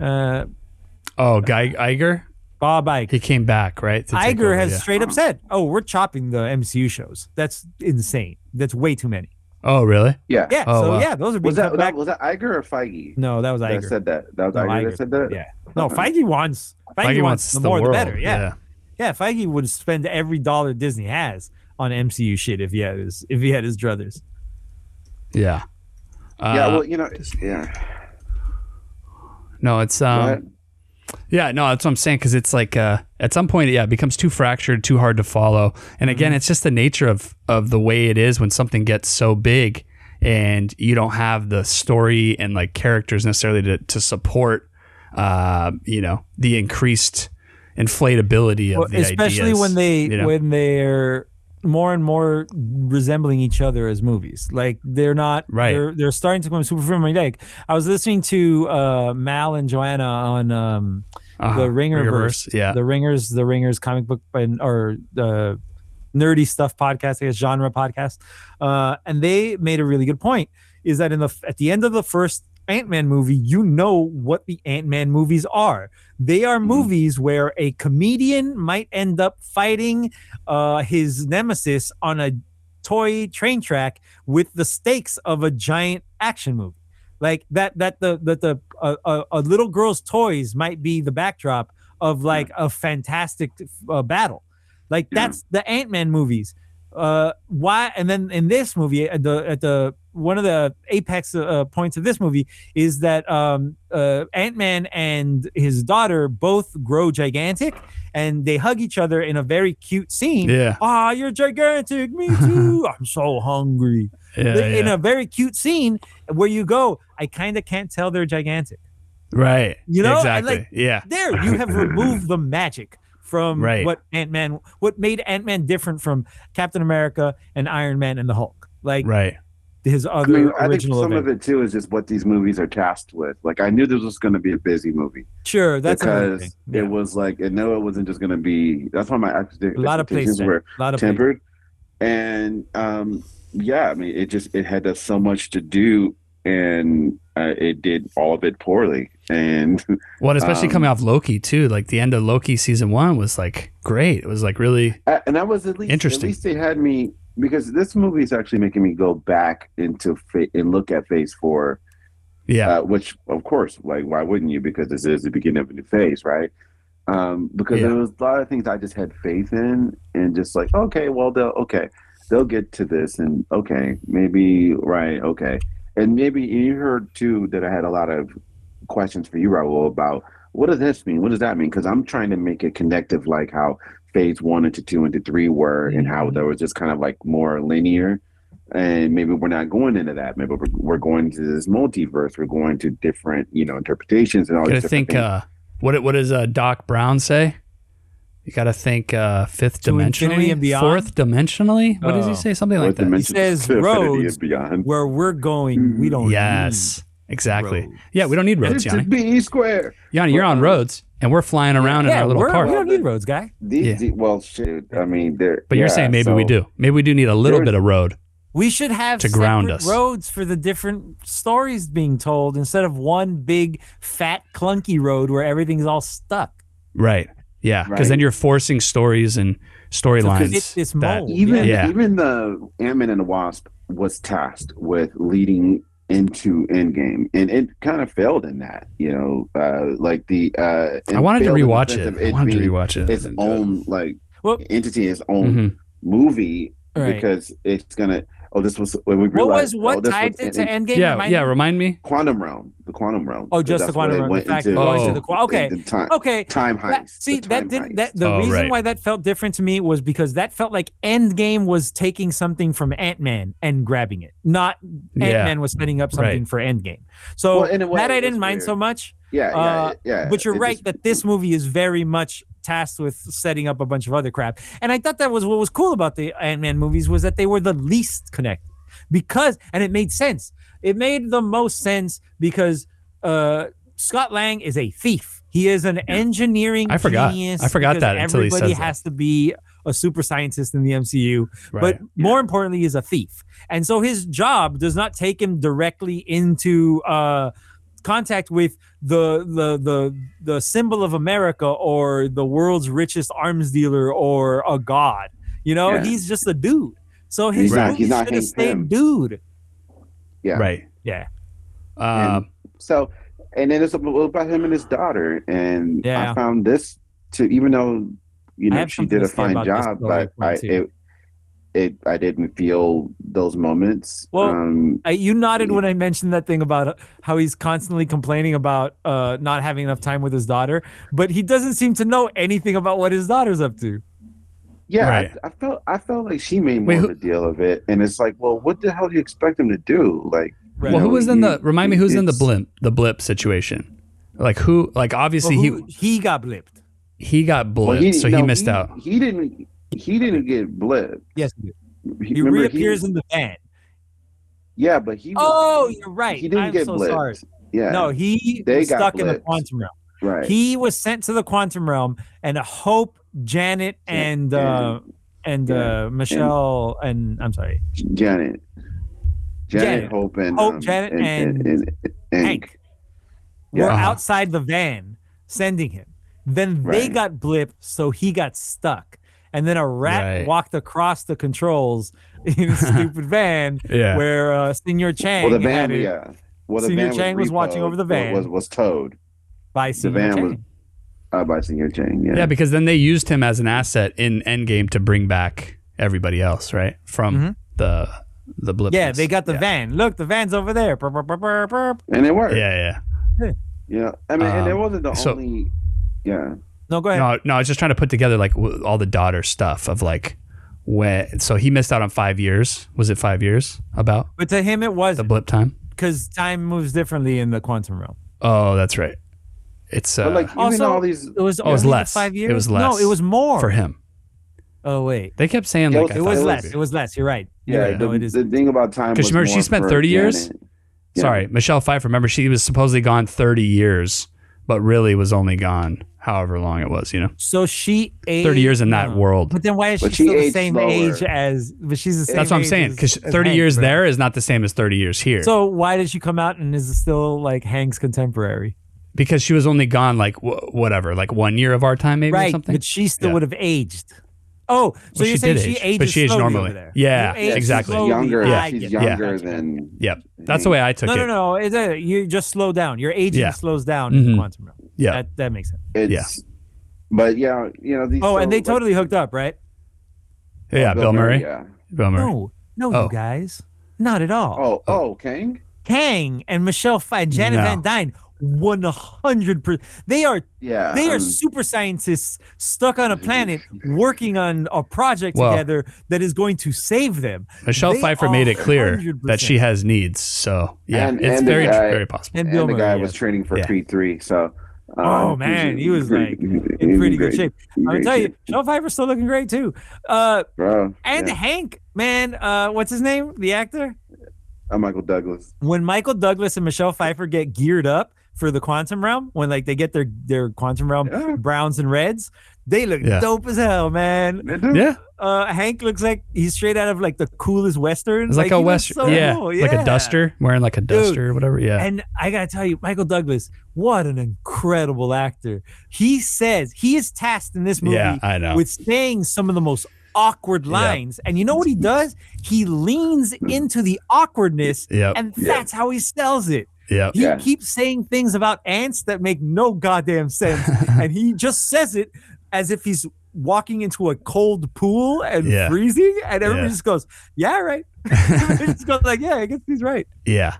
Uh,
oh, Guy Iger,
Bob Iger.
he came back, right? to take
Iger
over,
has
yeah.
straight up said, "Oh, we're chopping the MCU shows. That's insane. That's way too many."
Oh, really?
yeah
Yeah.
Oh,
so
wow.
yeah, those are being
Was that,
cut back.
was that Iger or Feige?
no, that was
that
Iger.
said that. That was
No,
Iger,
Iger.
that said that.
Yeah. No, Feige wants. Feige,
Iger
wants the more the
world,
better. Yeah. Yeah, Feige would spend every dollar Disney has on MCU shit if he had his if he had his druthers.
yeah. Uh,
yeah. Well, you know, yeah.
no, it's
Go
um,
ahead.
Yeah, no, that's what I'm saying because it's like uh, at some point, yeah, it becomes too fractured, too hard to follow.
Mm-hmm.
And again, it's just the nature of of the way it is when something gets so big and you don't have the story and like characters necessarily to, to support, uh, you know, the increased inflatability of the
especially
ideas,
when they
you know?
when they're more and more resembling each other as movies. Like they're not
Right.
They're, they're starting to become super familiar. Like I was listening to uh, Mal and Joanna on um,
Uh-huh.
the Ringerverse.
Ringerverse, yeah.
the Ringers, the Ringers comic book and or the nerdy stuff podcast, I guess genre podcast. Uh, and they made a really good point: is that in the at the end of the first Ant Man movie, you know what the Ant Man movies are. They are movies where a comedian might end up fighting uh, his nemesis on a toy train track with the stakes of a giant action movie. Like that, that the that the uh, uh, a little girl's toys might be the backdrop of like a fantastic uh, battle. Like
Yeah.
that's the Ant Man movies. Uh, why? And then in this movie, at the at the one of the apex uh, points of this movie is that um, uh, Ant Man and his daughter both grow gigantic, and they hug each other in a very cute scene.
Yeah.
Ah, you're gigantic. Me too. I'm so hungry.
Yeah,
in
yeah.
a very cute scene where you go, I kind of can't tell they're gigantic.
right.
You know, and,
exactly.
like,
yeah.
There, you have removed the magic from
Right.
what Ant Man, what made Ant Man different from Captain America and Iron Man and the Hulk, like
Right.
his
I
other
mean, I think
original.
some
event.
of it too is just what these movies are tasked with. Like, I knew this was going to be a busy movie
sure, that's another
because
thing.
it was like, I know it wasn't just going to be. That's why my expect-
a lot of
expectations
places,
were
a lot of places.
tempered, and um, yeah, I mean, it just it had us so much to do, and uh, it did all of it poorly, and
Well, and especially
Um,
coming off Loki too. Like the end of Loki season one was like great. It was like really
I- and that was at least
Interesting.
At least they had me because this movie is actually making me go back into fa- and look at Phase Four
yeah.
uh, which of course like why wouldn't you because this is the beginning of a new phase right um, because
Yeah.
there was a lot of things i just had faith in and just like okay well they'll okay they'll get to this and okay maybe right okay and maybe you heard too that i had a lot of questions for you raul about what does this mean what does that mean because i'm trying to make it connective like how phase one into two into three were and
Mm-hmm.
how there was just kind of like more linear and maybe we're not going into that. Maybe we're, we're going to this multiverse. We're going to different, you know, interpretations and all.
You gotta
these different
think uh what it- what does uh, Doc Brown say? You gotta think uh fifth
To infinity
dimensionally
and beyond?
fourth dimensionally? What does he
Oh.
say? Something uh, like
Fourth
that.
dimension
He says
to infinity
roads
and beyond.
Where we're going, we don't.
Yes. Exactly.
Oh, roads.
Yeah, we don't need roads,
It's to
Yanni.
be square.
Yanni, you're on roads and we're flying around
Need.
in
Yeah,
our little
we're- we
car.
don't need roads, guy.
These,
Yeah.
the- well, shit. I mean, there.
But you're
yeah,
saying maybe we
so-
do. Maybe we do need a little
There's-
bit of road.
We should have
To ground
separate
us.
roads for the different stories being told instead of one big fat clunky road where everything's all stuck.
Right. Yeah. Because
Right.
then you're forcing stories and storylines.
It's this
that-
mold.
Even
Yeah.
even the Ant-Man and the Wasp was tasked with leading into Endgame, and it kind of failed in that. You know, uh, like the. Uh,
I wanted to
failed in the
rewatch
sense
it.
of
I wanted to
being
rewatch it.
Its own like
Well-
entity, its own
Mhm.
movie
Right.
because it's gonna. Oh, this was when we
what was
realized.
what
oh, this
tied
was
it to
in- in
Endgame?
Yeah,
Remind
yeah.
me.
Remind me.
quantum realm, the quantum realm.
Oh, just
That's
the quantum
where
realm.
they
The fact that
went
it
went
into-
to the
qua- okay.
the time,
Okay.
time
That-
heist.
see,
the
that
time
didn't.
heist.
That the
Oh,
reason
right.
why that felt different to me was because that felt like Endgame was taking something from Ant Man and grabbing it, not Ant
Yeah.
Man was setting up something
Right.
for Endgame. So
Well, in a way,
that I
it
didn't
was
mind
weird.
so much.
yeah, yeah,
uh,
yeah.
but you're
It
right
just-
that this movie is very much tasked with setting up a bunch of other crap. And I thought that was what was cool about the Ant-Man movies was that they were the least connected because and it made sense. It made the most sense because uh Scott Lang is a thief. He is an engineering
I forgot.
genius.
I forgot
because
that until he
everybody
says that.
has to be a super scientist in the MCU
Right.
but more importantly he's a thief and so his job does not take him directly into uh, contact with the, the the the symbol of america or the world's richest arms dealer or a god you know
Yeah.
he's just a dude so his
He's not-
movie
he's not
should have
Hank
stayed
Pym.
dude
yeah.
Right.
Yeah.
Uh,
So, and then it's about him and his daughter, and
Yeah.
I found this to even though you
I
know
have
she
something
did
to
a
say
fine
about this
job,
story
but I
point, too.
it, it I didn't feel those moments.
Well,
um,
I, Uh, you nodded when I mentioned that thing about uh, how he's constantly complaining about uh, not having enough time with his daughter, but he doesn't seem to know anything about what his daughter's up to.
Yeah,
Right.
I, I felt I felt like she made more
Wait,
of
who-
a deal of it, and it's like, well, what the hell do you expect him to do? Like,
Right.
well, who was in
you-
the? Remind me, who's in the
it's-
blimp? The blip situation. Like who? Like obviously
Well, who- he got blipped.
he he got blipped,
well,
so he
no,
missed out.
He didn't. he didn't get blipped.
Yes, he, did.
He,
he
remember,
reappears
He,
in the van.
yeah, but he.
Oh, you're right.
He didn't
I'm
get
so
blipped.
sorry.
yeah.
Oh, No, he
They
was
got
stuck in the
blipped.
quantum realm.
right.
He was sent to the quantum realm, and Hope, Janet, and uh, and
yeah,
uh, Michelle, and I'm sorry,
Janet. Janet,
Janet.
Hope and
Hope, Janet, and
and-
Hank
Yeah.
were
Uh-huh.
outside the van sending him. Then they
Right.
got blipped, so he got stuck. And then a rat
Right.
walked across the controls in a stupid van
Yeah.
where uh, Senor Chang
well, the
had
van,
it
yeah. Well,
Senior
van
Chang was watching
repoed,
over the
was-
van.
Was was, towed
by
the
Senor
van
Chang.
was uh, by Senior Chang. Yeah.
Yeah, because then they used him as an asset in Endgame to bring back everybody else, right? From
Mhm.
the the blip.
yeah, they got the
yeah.
van. Look, the van's over there. Burp, burp, burp, burp, burp.
and it worked. Yeah.
Yeah,
You know, I mean, and it
Um,
wasn't the
so-
only. Yeah.
No, go
yeah.
ahead.
No, no, I was just trying to put together like w- all the daughter stuff of like when. So he missed out on five years. Was it five years? About
But to him, it
the
wasn't
blip time.
because time moves differently in the quantum realm.
Oh, that's right. It's uh,
But like even
also-
all these,
It was,
it was
only the
less.
five years.
It was less.
No, it was more
for him.
Oh wait,
They kept saying
It
like
was-
I
it
thought
was
would
less.
be.
It was less. You're right. You're
yeah.
right.
the,
No, it is.
the thing about time
Because
was
remember, she
more
spent
for
30 years?
Janet. Yeah.
Sorry, Michelle Pfeiffer. Remember, she was supposedly gone 30 years, but really was only gone however long it was. You know,
So she aged,
30 years in that
no.
world.
But then why is she,
But she
still the
aged
same
slower.
age as? But she's the same.
That's what I'm
age
saying.
as-
Because
as
30
Hank,
years
right?
there is not the same as 30 years here.
So why did she come out and is still like Hank's contemporary?
because she was only gone like w- whatever, like one year of our time, maybe or
right,
something.
but she still
Yeah.
would have aged. Oh, so
Well,
you're
she
saying
did
she
age,
ages
but she aged
slowly
normally.
over there.
Yeah,
You age
exactly.
She's
slowly.
younger.
I
She's
get it.
younger than.
yep, that's the way I took
No,
it.
no, no. It's a, you just slow down. Your aging
Yeah.
slows down in
Mhm.
the quantum realm.
Yeah.
that, that makes sense.
It's, But yeah, you know these.
Oh,
so,
and they
like,
totally hooked up, right?
yeah, Bill Murray.
Yeah.
Bill Murray.
No, no,
Oh.
you guys, not at all.
Oh, oh, Kang.
Kang and Michelle Pfeiffer and Janet
No.
Van Dyne, one hundred percent. They are
Yeah.
they are
um,
super scientists stuck on a planet working on a project
Well-
together that is going to save them.
Michelle
They
Pfeiffer
are
made it clear
100%.
that she has needs. So yeah,
And-
it's
and the
very
guy-
very possible.
And,
and
Bill
the
Murray,
guy
yes.
was training for
Yeah.
Creed three. So. uh,
Oh, man, he was, like,
in
in pretty good shape. I'm gonna
great
tell you,
shape.
Michelle Pfeiffer's still looking great too. Uh,
bro.
and
yeah.
Hank, man, uh, what's his name? The actor.
I'm Michael Douglas.
When Michael Douglas and Michelle Pfeiffer get geared up for the quantum realm, when like they get their their quantum realm
Yeah.
browns and reds, they look
Yeah.
dope as hell, man.
They do.
Yeah,
uh Hank looks like he's straight out of like the coolest western.
it's like,
he
a
looks
western.
so
yeah.
cool,
like
yeah.
a duster, wearing like a duster or whatever. Yeah,
And I gotta tell you, Michael Douglas, what an incredible actor. He says he is tasked in this movie
yeah, I know.
with saying some of the most awkward
Yep.
lines. And you know what he does? He leans into the awkwardness
Yep,
and
Yeah.
that's how he sells it.
yep.
He
Yeah.
keeps saying things about ants that make no goddamn sense. and he just says it as if he's walking into a cold pool and
Yeah.
freezing. And everybody
Yeah.
just goes, Yeah, right. Everybody just goes like, Yeah, I guess he's right.
Yeah.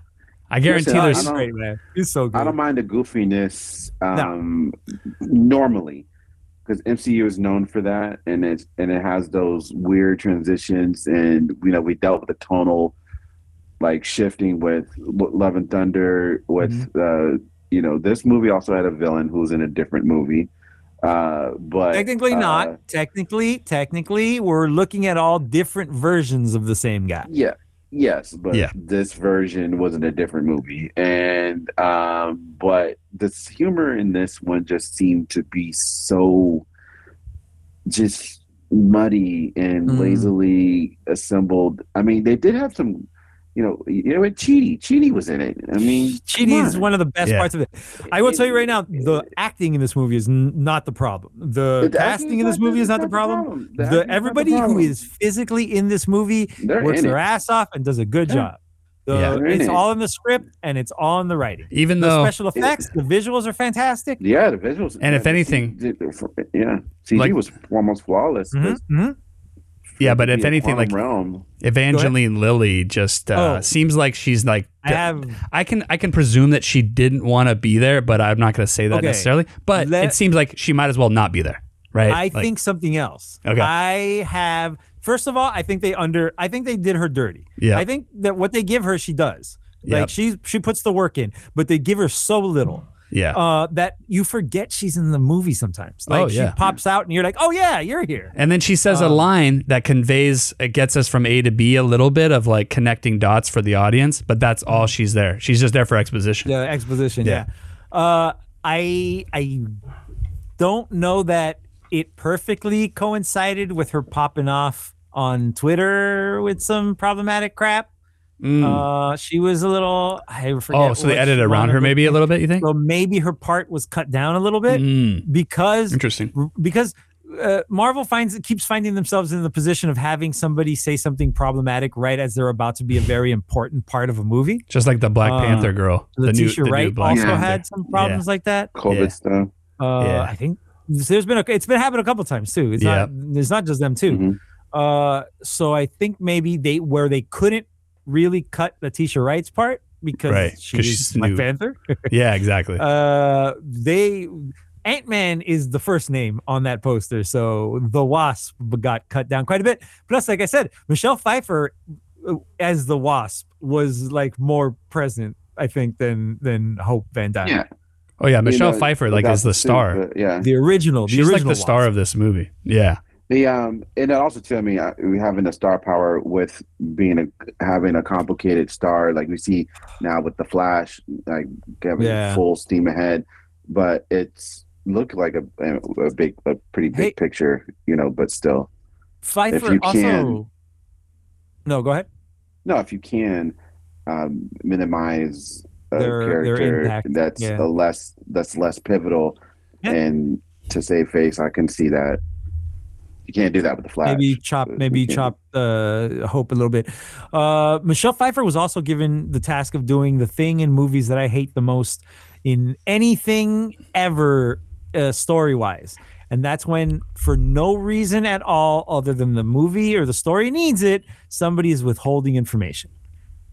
I guarantee
Listen, I-
there's
I don't-
great, man. He's so
I
good.
don't mind the goofiness um, normally because MCU is known for that, and it's and it has those weird transitions, and you know we dealt with the tonal like shifting with Lo- Love and Thunder, with uh, you know this movie also had a villain who was in a different movie, uh, but
Technically
uh,
not. Technically, technically, we're looking at all different versions of the same guy.
Yeah. Yes, but
Yeah.
this version was in a different movie, and um, but this humor in this one just seemed to be so just muddy and
Mm.
lazily assembled. I mean, they did have some, you know, you know, and Chidi, Chidi was in it. I mean,
Cheating is
come
one of the best
Yeah.
parts of it. I will
It-
tell you right now, the
it-
acting in this movie is n- not the problem. The
the acting
casting in this
not-
movie is not the problem. The,
acting's not
everybody who
problem.
is physically in this movie
They're
works
in
their
it.
ass off and does a good
Yeah.
job. The-
Yeah.
They're in
it's
it.
all in the script and it's all in the writing.
even
The
though
special effects, the visuals are fantastic.
yeah, the visuals,
And if
the
anything-
CG yeah, CG
Like-
was almost flawless.
Mhm,
'cause
mhm.
Yeah, but
it'd be
if
a
anything, like-
quantum realm,
Evangeline Lilly just uh,
Oh.
seems like she's like
I have
I can I can presume that she didn't want to be there, but I'm not going to say that
Okay.
necessarily. But
Let-
it seems like she might as well not be there, right?
I
Like,
think something else.
Okay.
I have first of all, I think they under I think they did her dirty.
Yeah.
I think that what they give her, she does.
Yep.
Like she she puts the work in, but they give her so little.
Yeah.
uh, that you forget she's in the movie sometimes. Like
Oh, yeah.
she pops out and you're like, oh yeah, you're here.
And then she says
um,
a line that conveys, it gets us from A to B a little bit of like connecting dots for the audience, but that's all she's there. She's just there for exposition.
Yeah, exposition. Yeah. Uh, I I don't know that it perfectly coincided with her popping off on Twitter with some problematic crap. Uh, she was a little. I forget.
Mm. Hmm. Oh, so they
what
edited
she
around
wanted
her
to-
maybe a little bit, you think?
So maybe her part was cut down a little bit
Mm,
because
interesting.
because uh, Marvel finds keeps finding themselves in the position of having somebody say something problematic right as they're about to be a very important part of a movie.
Just like the Black
Uh,
Panther girl. The new,
Letitia
the new
Wright
Black
also
Panther.
had some problems like that.
COVID
Yeah.
stuff.
Uh,
Yeah.
I think there's been a, it's been happened a couple times too. It's
Yeah. Mm-hmm.
not it's not just them too.
Mhm.
Uh, so I think maybe they where they couldn't really cut Letitia Wright's part because
Right, 'cause
she's
she's
Black
new.
Panther.
Yeah, exactly.
Uh, they Ant Man is the first name on that poster, so the Wasp got cut down quite a bit. Plus, like I said, Michelle Pfeiffer uh, as the Wasp was like more present, I think, than than Hope Van Dyne.
Yeah.
oh, yeah. Michelle
You know,
Pfeiffer, like,
without
is the
suit,
star.
but yeah.
The original, the
She's
original
like the star
Wasp.
of this movie. Yeah.
The um, and also too, I mean, uh, we having the star power with being a having a complicated star like we see now with the Flash, like having
Yeah.
full steam ahead, but it's looked like a a a big, a pretty big
Hey.
picture, you know. But still,
Pfeiffer
if you
also.
can-
No, go ahead.
no, if you can um, minimize a
Their- their
character
impact,
that's
yeah.
a less that's less pivotal,
Yeah.
and to save face, I can see that. You can't do that with the Flash.
Maybe chop,
but
maybe
you can.
chop uh, hope a little bit. Uh, Michelle Pfeiffer was also given the task of doing the thing in movies that I hate the most in anything ever, uh, story wise. And that's when, for no reason at all, other than the movie or the story needs it, somebody is withholding information.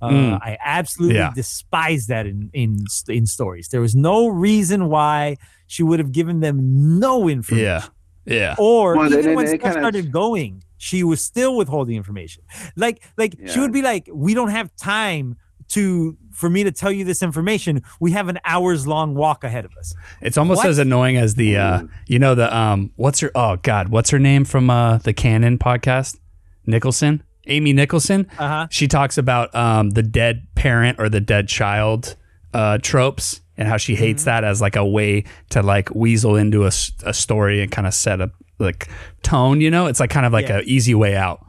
Uh,
Mm.
I absolutely
Yeah.
despise that in, in in stories. There was no reason why she would have given them no information
Yeah. Yeah.
or
Well,
even
and-
when
and it
stuff
kinda-
started going, she was still withholding information. Like, like she
Yeah.
would be like, "We don't have time to for me to tell you this information. We have an hours long walk ahead of us."
It's almost
What?
as annoying as the uh, you know the um what's her oh god what's her name from uh the Canon podcast Nicholson Amy Nicholson
Uh huh.
she talks about um the dead parent or the dead child uh tropes and how she hates
Mm-hmm.
that as like a way to like weasel into a, s- a story and kind of set a like tone you know it's like kind of like
Yeah.
a easy way out.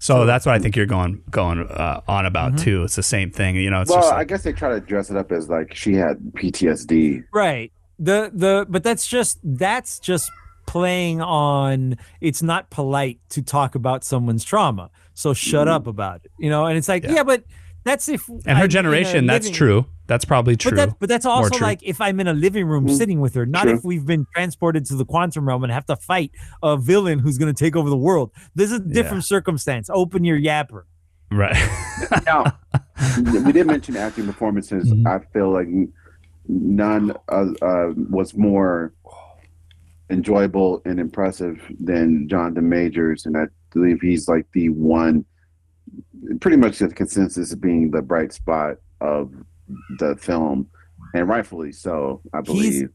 So that's what I think you're going going uh, on about
Mm-hmm.
too. It's the same thing, you know. It's
well,
just
I
like,
guess they try to dress it up as like she had PTSD.
Right. The the but that's just that's just playing on it's not polite to talk about someone's trauma. So shut
Mm-hmm.
up about it. You know, and it's like, yeah,
Yeah.
but that's if
and
I'm in
her
a
generation, that's
living-
true. That's probably true.
But that, but that's
More
also
true.
like if I'm in a living room sitting with her, not
True.
if we've been transported to the quantum realm and have to fight a villain who's going to take over the world. This is a different circumstance. Open your yapper.
right.
Now, we did mention acting performances.
Mm-hmm.
I feel like n- none uh, uh, was more enjoyable and impressive than Jonathan Majors, and I believe he's like the one, pretty much the consensus of being the bright spot of the film, and rightfully so, I believe.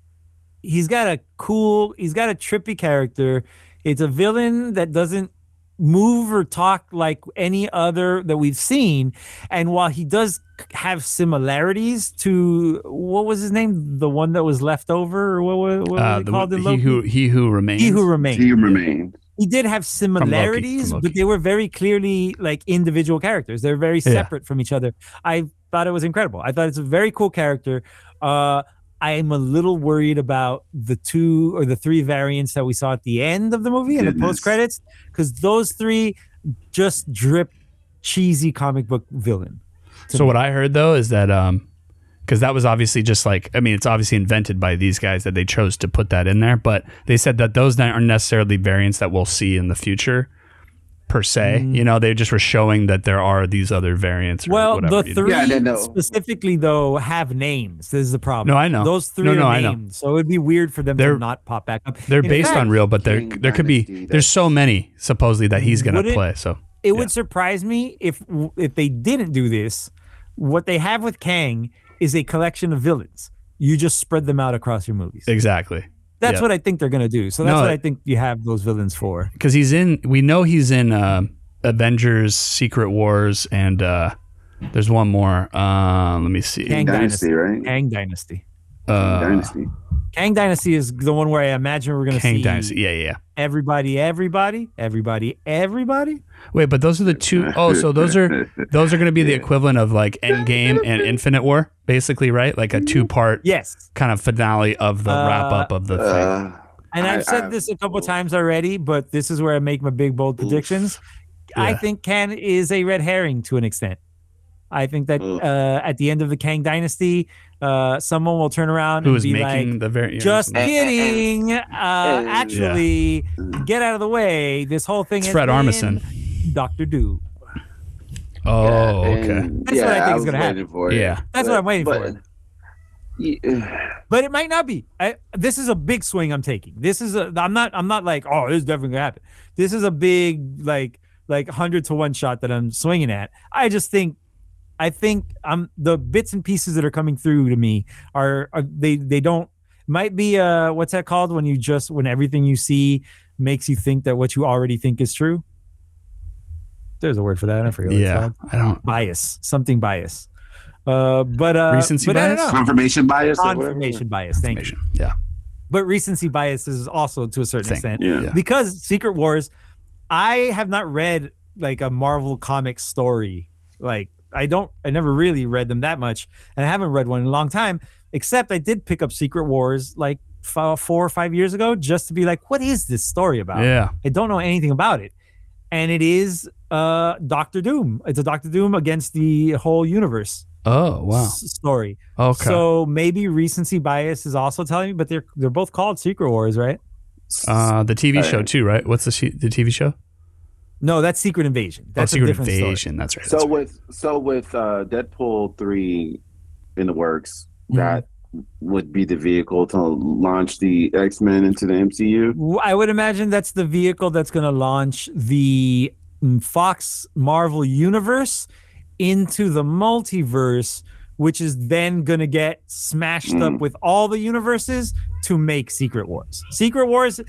He's got a cool, he's got a trippy character. It's a villain that doesn't move or talk like any other that we've seen. And while he does c- have similarities to what was his name, the one that was left over, or what, what, what
Uh,
was it
the,
called? in
he
Loki?
who he who remains.
he who remains.
He remained.
he did have
Loki, from
similarities, but
Loki.
they were very clearly like individual characters. They're very
Yeah.
separate from each other. I thought it was incredible. I thought it's a very cool character. Uh, I am a little worried about the two or the three variants that we saw at the end of the movie and the
Goodness.
post credits, because those three just drip cheesy comic book villain. to
so what I heard though is that um, because that was obviously just like I mean it's obviously invented by these guys that they chose to put that in there, but they said that those aren't necessarily variants that we'll see in the future per se. You know, they just were showing that there are these other variants. Or
Mm. Well,
whatever,
the
you know?
three
Yeah, I didn't know.
specifically though have names. This is the problem.
No, I know.
Those three
No, no,
are
I know.
named, so it'd be weird for them
They're-
to not pop back up.
They're
In
based
fact,
on real, but there
King
there could be
Dynasty,
there's so many supposedly that he's gonna
Would it-
play. So
it would surprise me if if they didn't do this. What they have with Kang is a collection of villains. You just spread them out across your movies.
Exactly.
That's
yeah.
what I think they're gonna do. So that's
No,
what
it-
I think you have those villains for.
Because he's in, we know he's in uh, Avengers, Secret Wars, and uh, there's one more. Uh, let me see.
Kang
Dynasty,
Dynasty,
right?
Kang Dynasty.
uh,
Dynasty.
Kang Dynasty is the one where I imagine we're gonna
Kang
see
Dynasty. Yeah, yeah. yeah.
everybody, everybody, everybody, everybody.
Wait, but those are the two oh so those are those are going to be the equivalent of like Endgame and Infinite War, basically, right? Like a two part
Yes.
kind of finale of the
Uh,
wrap up of the thing.
Uh,
And
I-
I've said
I've-
this a couple times already, but this is where I make my big bold predictions. I
Yeah.
think Kang is a red herring to an extent. I think that
Oof.
uh, at the end of the Kang Dynasty, uh, someone will turn around
who
and
is
be
making
like,
the very
"Just
Eh, eh, eh.
kidding! Uh, actually, get out of the way. This whole thing
It's
is
Fred Armisen.
Doctor Doom.
Oh, okay.
and-
That's what I think is
was
gonna happen.
waiting for it.
Yeah.
That's what I'm waiting for.
Yeah,
but it might not be. I, this is a big swing I'm taking. This is a. I'm not. I'm not like oh, this is definitely gonna happen. This is a big like like hundred to one shot that I'm swinging at. I just think, I think I'm the bits and pieces that are coming through to me are, are they they don't might be uh what's that called when you just when everything you see makes you think that what you already think is true. There's a word for that. I forget. What it's
Yeah.
called.
I don't
bias. Something bias. Uh, but uh,
Recency
but I
bias?
don't know.
confirmation bias. or whatever.
Confirmation bias. Thank you
information. Yeah.
but recency bias is also to a certain
Thing.
extent
Yeah.
Yeah.
because Secret Wars. I have not read like a Marvel comic story. Like I don't, I never really read them that much, and I haven't read one in a long time. Except I did pick up Secret Wars like f- four or five years ago just to be like, what is this story about?
Yeah.
I don't know anything about it. And it is uh Doctor Doom. It's a Doctor Doom against the whole universe
Oh, wow.
s- story.
Okay.
So maybe recency bias is also telling me, but they're they're both called Secret Wars, right?
uh, the TV show
Alright.
too, right? What's the she- the TV show?
No, that's Secret Invasion. That's
oh, Secret
a different
Invasion.
story.
That's right.
So
that's right.
with so with uh, Deadpool three in the works,
Mm-hmm.
that would be the vehicle to launch the X Men into the MCU.
W- I would imagine that's the vehicle that's going to launch the mm, Fox Marvel universe into the multiverse, which is then going to get smashed up with all the universes to make Secret Wars. Secret Wars,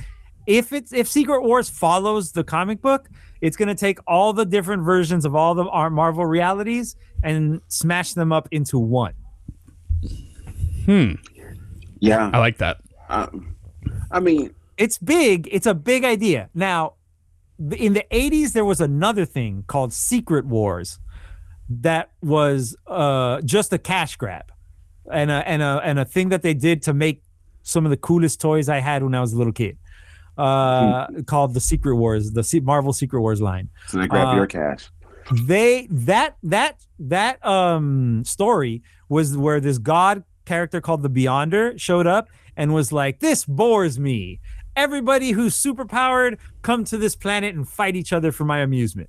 if it's if Secret Wars follows the comic book, it's going to take all the different versions of all the our Marvel realities and smash them up into one.
hmm.
Yeah,
I like that.
I, I mean,
it's big. It's a big idea. Now, th- in the 80s, there was another thing called Secret Wars that was uh, just a cash grab and a, and, a, and a thing that they did to make some of the coolest toys I had when I was a little kid uh, called the Secret Wars, the Se- Marvel Secret Wars line
so they grab
Uh,
your cash.
they that that that um story was where this god character called the beyonder showed up and was like this bores me everybody who's superpowered come to this planet and fight each other for my amusement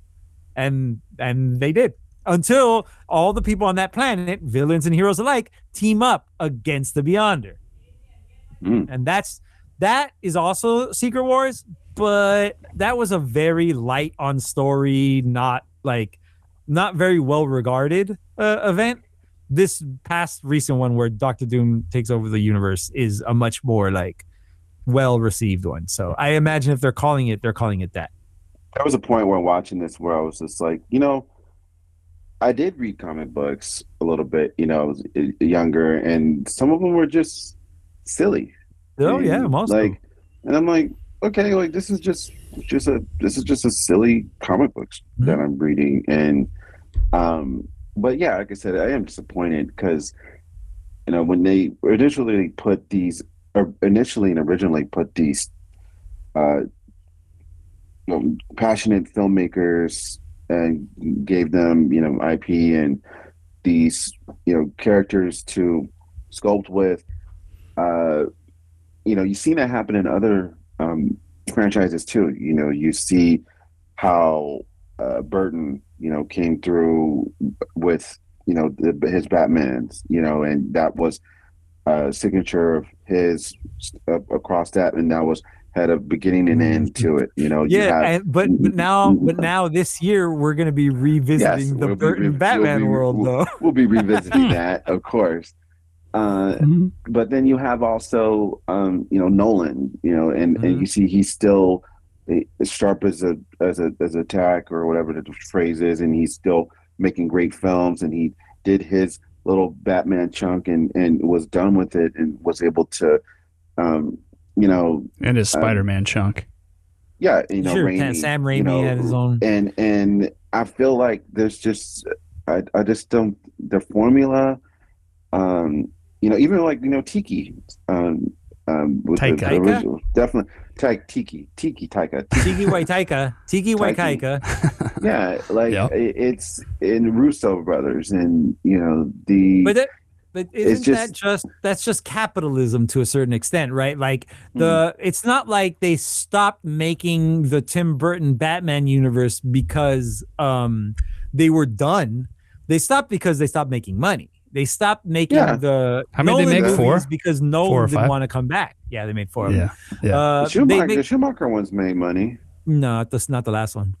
and and they did until all the people on that planet villains and heroes alike team up against the beyonder
Mm.
and that's that is also secret wars but that was a very light on story not like not very well regarded uh, event this past recent one where dr doom takes over the universe is a much more like well received one so i imagine if they're calling it they're calling it that
There was a point where watching this where I was just like, you know, I did read comic books a little bit. You know, I was uh, younger, and some of them were just silly.
oh yeah
And,
most of
like,
them.
and I'm like, okay, like this is just just a this is just a silly comic book
Mm-hmm.
that I'm reading, and um, but yeah, like I said, I am disappointed because you know when they initially put these, or initially and originally put these, uh, you know, passionate filmmakers and gave them you know IP and these you know characters to sculpt with. Uh, you know, you've seen that happen in other um, franchises too. You know, you see how uh, Burton, you know, came through with you know the, his Batman's, you know, and that was a signature of his uh, across that, and that was had a beginning and end to it. You know, you
yeah
have-
and, but, but now but now this year we're going to be revisiting the
we'll be
burton
revi-
batman
we'll be-
world
we'll-
though
we'll be revisiting that, of course. Uh,
Mhm.
but then you have also um, you know Nolan, you know, and,
Mm-hmm.
and you see he's still eh, as sharp as a as a as a tack or whatever the phrase is, and he's still making great films, and he did his little Batman chunk and and was done with it, and was able to, um, you know,
And
Um,
his Spider Man chunk.
yeah, you know,
sure,
Raimi,
Sam Raimi
you know,
had his own.
and and I feel like there's just I, I just don't the formula, um, you know, even like you know Tiki, um, um, with the,
Taika?
the original, definitely Taika Tiki Tiki Taika, Tiki.
Tiki Waitaika, Tiki
Taiki.
Waitaika.
yeah, like
Yeah.
It, it's in Russo brothers and you know the
But that, but isn't that
just-
just that's just capitalism to a certain extent, right? Like the
Mm-hmm.
it's not like they stopped making the Tim Burton Batman universe because um they were done. They stopped because they stopped making money. They stopped making
Yeah.
the
How many did
Nolan
they make? Four?
movies because Nolan
Four or
didn't
five?
want to come back. Yeah, they made four.
Yeah. yeah.
Uh,
the Schumacher,
they make-
the Schumacher ones made money.
No, that's not the last one.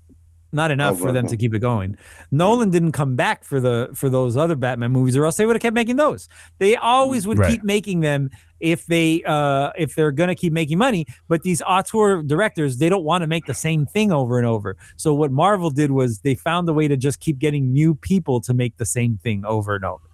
Not enough for
well,
them
well.
to keep it going. Nolan didn't come back for the for those other Batman movies, or else they would have kept making those. They always would
Right.
keep making them if they uh if they're gonna keep making money. But these auteur directors, they don't want to make the same thing over and over. So what Marvel did was they found a way to just keep getting new people to make the same thing over and over.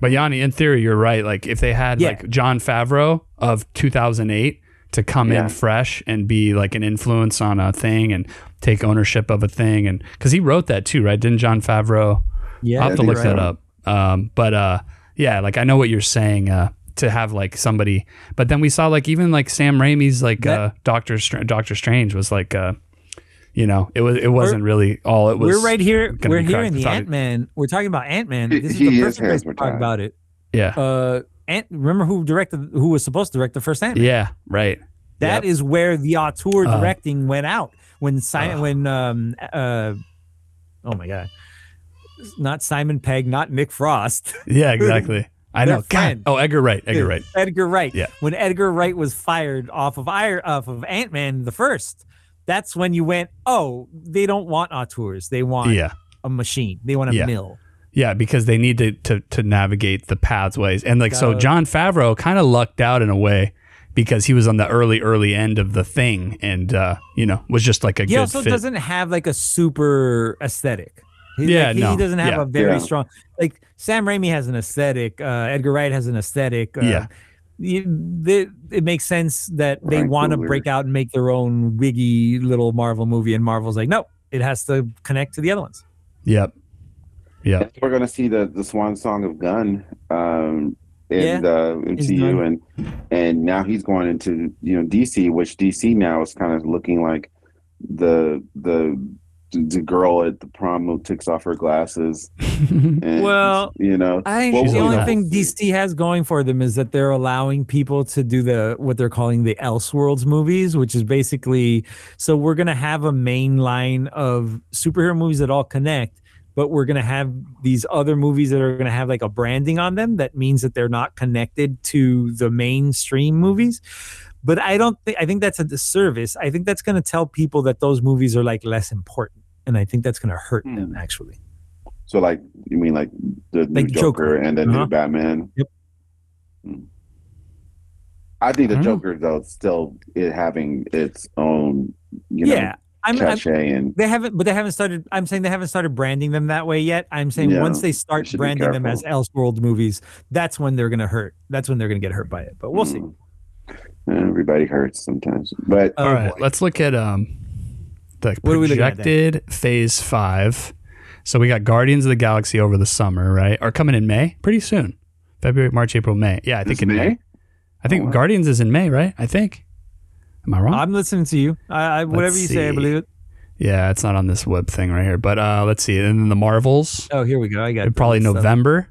But Yanni, in theory, you're right. Like if they had
Yeah.
like John Favreau of 2008 to come
Yeah.
in fresh and be like an influence on a thing and take ownership of a thing, and because he wrote that too, right? Didn't John Favreau?
Yeah,
I'll have to
I think
look that
so.
up. Um, but uh, yeah, like I know what you're saying. Uh, to have like somebody, but then we saw like even like Sam Raimi's like
That-
uh, Doctor Str- Doctor Strange was like, uh, you know, it was it wasn't really all it was.
we're right here.
gonna
We're
be
here
cracked.
in the
Thought it-
Ant Man. We're talking about Ant Man.
He-
This is
he
the
is
perfect place to talk
hypnotized.
about it.
Yeah,
uh Ant, remember who directed who was supposed to direct the first Ant-Man?
yeah, right.
That is where the auteur
Uh,
directing went out when Simon
uh,
when um uh oh my god. Not Simon Pegg, not Nick Frost.
Yeah, exactly. I
They're
know. God.
friends.
Oh, Edgar Wright. Edgar Wright.
Edgar Wright.
Yeah.
When Edgar Wright was fired off of Iron off of Ant Man the first, that's when you went, oh, they don't want auteurs. They want
Yeah.
a machine. They want a
Yeah.
mill.
Yeah, because they need to to, to navigate the pathways. And like so
Got it.
John Favreau kind of lucked out in a way because he was on the early early end of the thing and uh, you know, was just like a
he
good
also
fit.
doesn't have like a super aesthetic. He,
Yeah,
like, he-
no.
he doesn't have
Yeah.
a very
Yeah.
strong like Sam Raimi has an aesthetic. Uh, Edgar Wright has an aesthetic. Uh,
Yeah.
you- they- it makes sense that they
Frank
want to
Miller.
break out and make their own wiggy little Marvel movie, and Marvel's like, no, it has to connect to the other ones.
yep. Yep.
We're gonna see the the swan song of Gunn um, in
Yeah,
the
he's
MCU, and and now he's going into you know DC, which DC now is kind of looking like the the the girl at the prom who takes off her glasses. And,
Well,
you know,
I think
What
the
will we
only
not
thing
see?
DC has going for them is that they're allowing people to do the what they're calling the Elseworlds movies, which is basically so we're gonna have a main line of superhero movies that all connect, but we're gonna have these other movies that are gonna have like a branding on them that means that they're not connected to the mainstream movies. But I don't think I think that's a disservice. I think that's gonna tell people that those movies are like less important. And I think that's gonna hurt
Hmm.
them actually.
so like you mean like the new
Like
Joker,
Joker.
and the
Uh-huh.
new Batman.
Yep.
Hmm. I think the
Mm-hmm.
Hmm.
Joker though still it having its own you know
yeah. I'm, I'm
cachet and
They haven't, but they haven't started. I'm saying they haven't started branding them that way yet. I'm saying
Yeah,
once they
they
start
should be
branding them as Elseworld movies, that's when they're gonna hurt. That's when they're gonna get hurt by it. But we'll see.
Hmm.
Mm. Everybody hurts sometimes, but
All
Oh,
right,
boy.
let's look at um the
What are we looking at, Dan?
projected phase 5. So we got Guardians of the Galaxy over the summer, right? Are coming in May, pretty soon. February, March, April, May. Yeah, I think
This
in May.
May?
I think
Oh, wow.
Guardians is in May, right? I think. Am I wrong?
I'm listening to you. I, I whatever you say, I
see.
believe it.
Yeah, it's not on this web thing right here. But uh, let's see. And then the Marvels, uh,
Oh, here we go. I got it.
probably
This stuff.
November.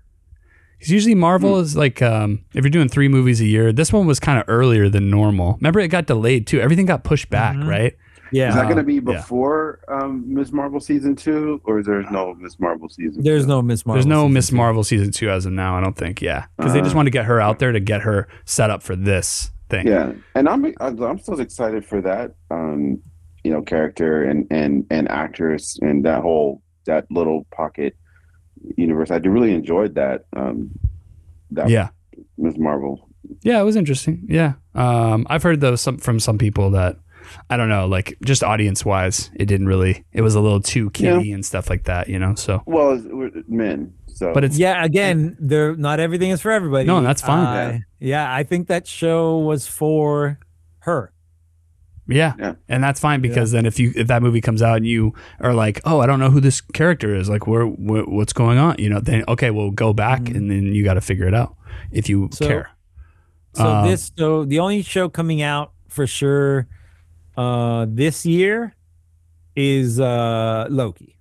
Because usually Marvel is like, um, if you're doing three movies a year, this one was kind of earlier than normal. Remember, it got delayed too. Everything got pushed back,
Mhm.
right?
is
Yeah,
that going to be
yeah.
before um, Ms. Marvel season two, or is there no Ms. Marvel season?
there's
two?
no Miss Marvel.
There's no
season
Miss
two.
Marvel season two as of now, I don't think. Yeah. Because they just
Uh-huh.
wanted to get her out there to get her set up for this thing.
Yeah, and I'm I'm still excited for that. Um, you know, character and and and actress and that whole that little pocket universe. I do really enjoyed that. Um, that
Yeah.
Ms. Marvel.
Yeah, it was interesting. Yeah, um, I've heard though some from some people that I don't know, like just audience wise, it didn't really. It was a little too kiddie and stuff like that, you know. So,
Well, it's- we're men. So,
but it's
yeah, again, there not everything is for everybody.
No, that's fine.
Uh, yeah, I think that show was for her.
Yeah.
Yeah.
And that's fine because then if you if that movie comes out and you are like, "Oh, I don't know who this character is. Like where wh- what's going on?" You know, then okay, we'll go back and then you got to figure it out if you
Mm-hmm. So-
care.
So
Um,
this so the only show coming out for sure uh this year is uh Loki.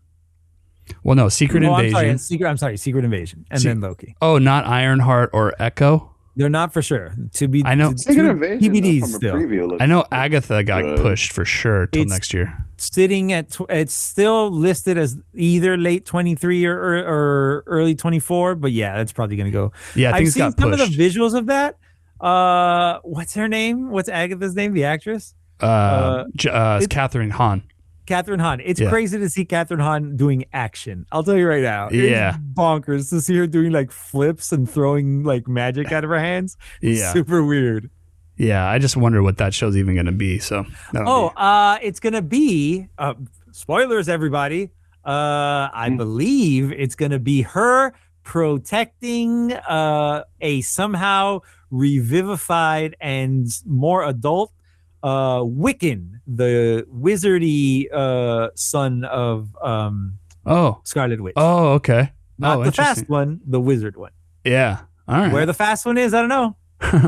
Well, no, Secret
Oh, I'm sorry,
Invasion.
Secret I'm sorry, Secret Invasion and
Se-
then Loki.
oh, not Ironheart or Echo.
They're not for sure. To be
I know-
to-
Secret
to-
Invasion.
TBDs
though, from a
still.
preview, looks-
I know Agatha got
Uh,
pushed for sure till
it's-
next year.
sitting at tw- it's still listed as either late 23 or, or, or early 24 but yeah that's probably gonna go
Yeah, I think
i've
it's
seen
got
some of
pushed.
the visuals of that uh what's her name what's agatha's name the actress
uh, J- uh,
it-
Catherine Hahn.
catherine hahn it's
Yeah.
crazy to see catherine hahn doing action i'll tell you right now It's
Yeah.
bonkers to see her doing like flips and throwing like magic out of her hands
Yeah.
super weird
Yeah, I just wonder what that show's even going to be. So, that'll
Oh,
be-
uh, it's gonna be uh, spoilers, everybody. Uh, I
Hmm.
believe it's gonna be her protecting uh, a somehow revivified and more adult uh, Wiccan, the wizardy uh, son of um,
oh,
Scarlet Witch.
oh, okay.
Not
oh,
the
interesting. Hmm.
fast one, the wizard one.
Yeah. All right.
Where the fast one is, I don't know.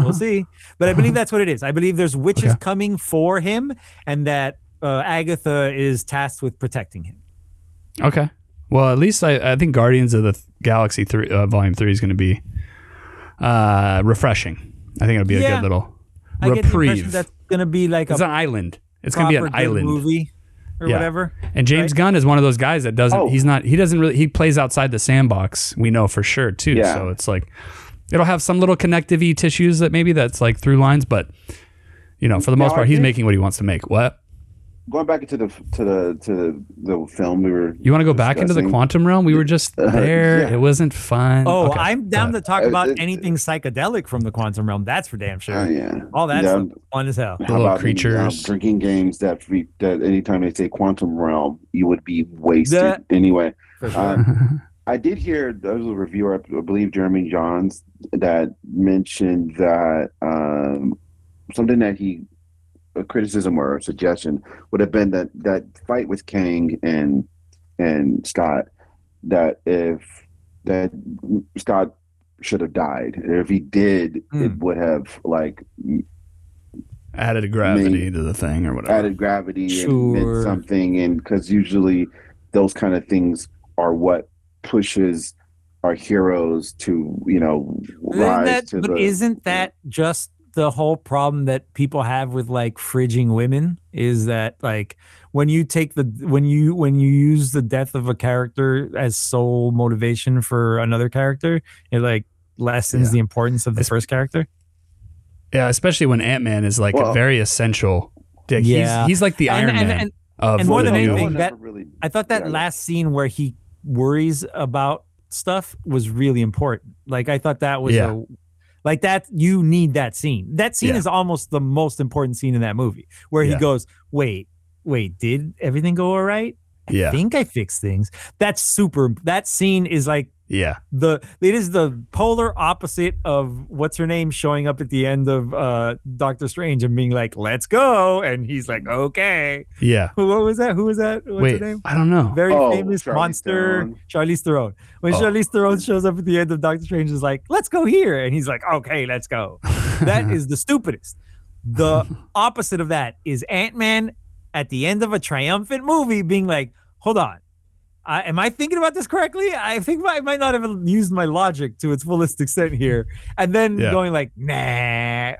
We'll see. But I believe that's what it is. I believe there's witches
Okay.
coming for him, and that uh, Agatha is tasked with protecting him.
okay. Well, at least I, I think Guardians of the Th- Galaxy three uh, Volume Three is going to be uh, refreshing. I think it'll be a
Yeah.
good little
I get the impression
reprieve.
that's gonna be like
it's
a
an island. It's going
proper
to be an
good
island.
movie or
Yeah. Mm,
whatever.
And James
right?
Gunn is one of those guys that doesn't.
Oh.
He's not. He doesn't really. He plays outside the sandbox. We know for sure too.
Yeah.
So it's like it'll have some little connective tissues that maybe that's like through lines, but you know, for the most
Now, I
part, he's
think-
making what he wants to make. What
going back into the to the to the film we were.
you want to go back into the
discussing.
quantum realm? We were just
Uh,
there.
yeah.
It wasn't fun.
Oh,
Okay.
I'm down
But-
to talk
Uh,
about
it-
anything psychedelic from the quantum realm. That's for damn sure.
Oh yeah.
All that
Yeah,
stuff is fun as
How
hell.
little
about in, um,
creatures.
drinking games that we, that anytime they say quantum realm, you would be wasted
That-
anyway.
For sure.
Hmm.
Um, I did hear there was a reviewer, I believe Jeremy Johns, that mentioned that um, something that he a criticism or a suggestion would have been that that fight with Kang and and Scott that if that Scott should have died if he did it
Mm.
would have like
added gravity to the thing or whatever.
added gravity and
Sure.
meant something and because usually those kind of things are what pushes our heroes to you know
Isn't
rise
that-
to
but
the
isn't that just the whole problem that people have with like fridging women is that like when you take the when you when you use the death of a character as sole motivation for another character it like lessens
Yeah.
the importance of the
It's-
first character
yeah, especially when Ant Man is like
Well-
very essential. Dick.
Yeah.
He's, he's like the
And-
Iron
and-
Man
and-
of
and more
the
than
new-
No one
anything- that-
ever really
i thought that
Yeah.
last scene where he worries about stuff was really important like i thought that was
Yeah.
a like that you need that scene that scene
Yeah.
is almost the most important scene in that movie where
Yeah.
he goes wait wait did everything go all right i
Yeah.
think i fixed things that's super that scene is like
Yeah.
the it is the polar opposite of what's her name showing up at the end of uh doctor strange and being like let's go and he's like okay
Yeah.
Who- what was that who was that what's
Wait.
her name
I don't know.
very
Oh,
famous
Charlize
monster
Theron.
Charlize Theron. When
Oh.
Charlize Theron shows up at the end of Doctor Strange, is like, "Let's go here," and he's like, "Okay, let's go." That is the stupidest. The opposite of that is Ant Man at the end of a triumphant movie being like, "Hold on, I, am I thinking about this correctly? I think I might not have used my logic to its fullest extent here," and then
Yeah.
going like, "Nah."